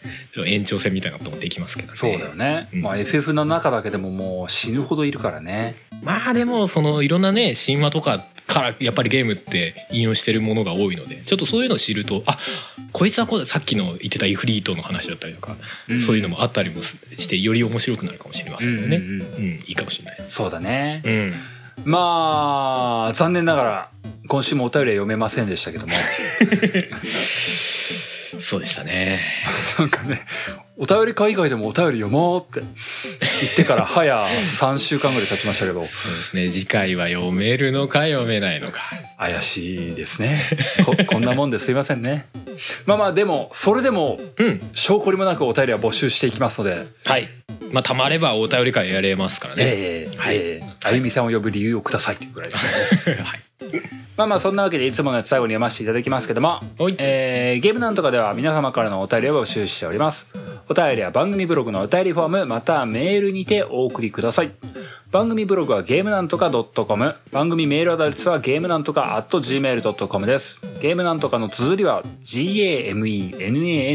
Speaker 2: 延長戦みたいなこともできますけどね
Speaker 1: そうだよね、
Speaker 2: うん
Speaker 1: まあ FF の中だけでももう死ぬほどいるからね
Speaker 2: まあでもそのいろんなね神話とかからやっぱりゲームって引用してるものが多いのでちょっとそういうのを知るとあこいつはこうださっきの言ってたイフリートの話だったりとか、
Speaker 1: うん
Speaker 2: そういうのもあったりもしてより面白くなるかもしれませんのでね、
Speaker 1: うんうんうん
Speaker 2: うんいいかもしれないです。
Speaker 1: そうだね
Speaker 2: うん
Speaker 1: まあ残念ながら今週もお便りは読めませんでしたけども
Speaker 2: そうでしたね。
Speaker 1: なんかねお便り会以外でもお便り読もうって言ってから早3週間ぐらい経ちましたけど
Speaker 2: そうですね。次回は読めるのか読めないのか。
Speaker 1: 怪しいですねここんなもんですいませんねまあまあでもそれでも
Speaker 2: うん。
Speaker 1: 証拠りもなくお便りは募集していきますので、
Speaker 2: はい。まあ、たまればお便り会やれますからね。
Speaker 1: ええ
Speaker 2: はい
Speaker 1: ええあゆみさんを呼ぶ理由をくださいというぐらいですね
Speaker 2: <laughs> はい。
Speaker 1: まあまあそんなわけでいつものやつ最後に読ませていただきますけども
Speaker 2: はい
Speaker 1: えーゲームなんとかでは皆様からのお便りを募集しております。お便りは番組ブログのお便りフォームまたはメールにてお送りください。番組ブログはゲームなんとか .com 番組メールアドレスはゲームなんとか .gmail.com です。ゲームなんとかの綴りは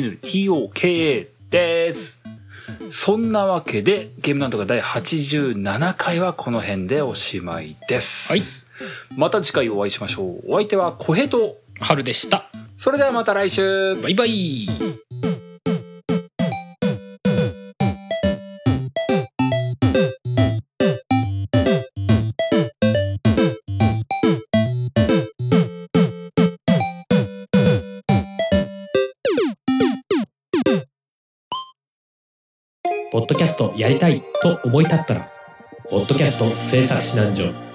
Speaker 1: g-a-m-e-n-a-n-t-o-k-a です。そんなわけでゲームなんとか第87回はこの辺でおしまいです。
Speaker 2: はい。
Speaker 1: また次回お会いしましょう。お相手は小平と
Speaker 2: 春でした。
Speaker 1: それではまた来週
Speaker 2: バイバイ。
Speaker 3: ポッドキャストやりたいと思い立ったら「ポッドキャスト制作指南所」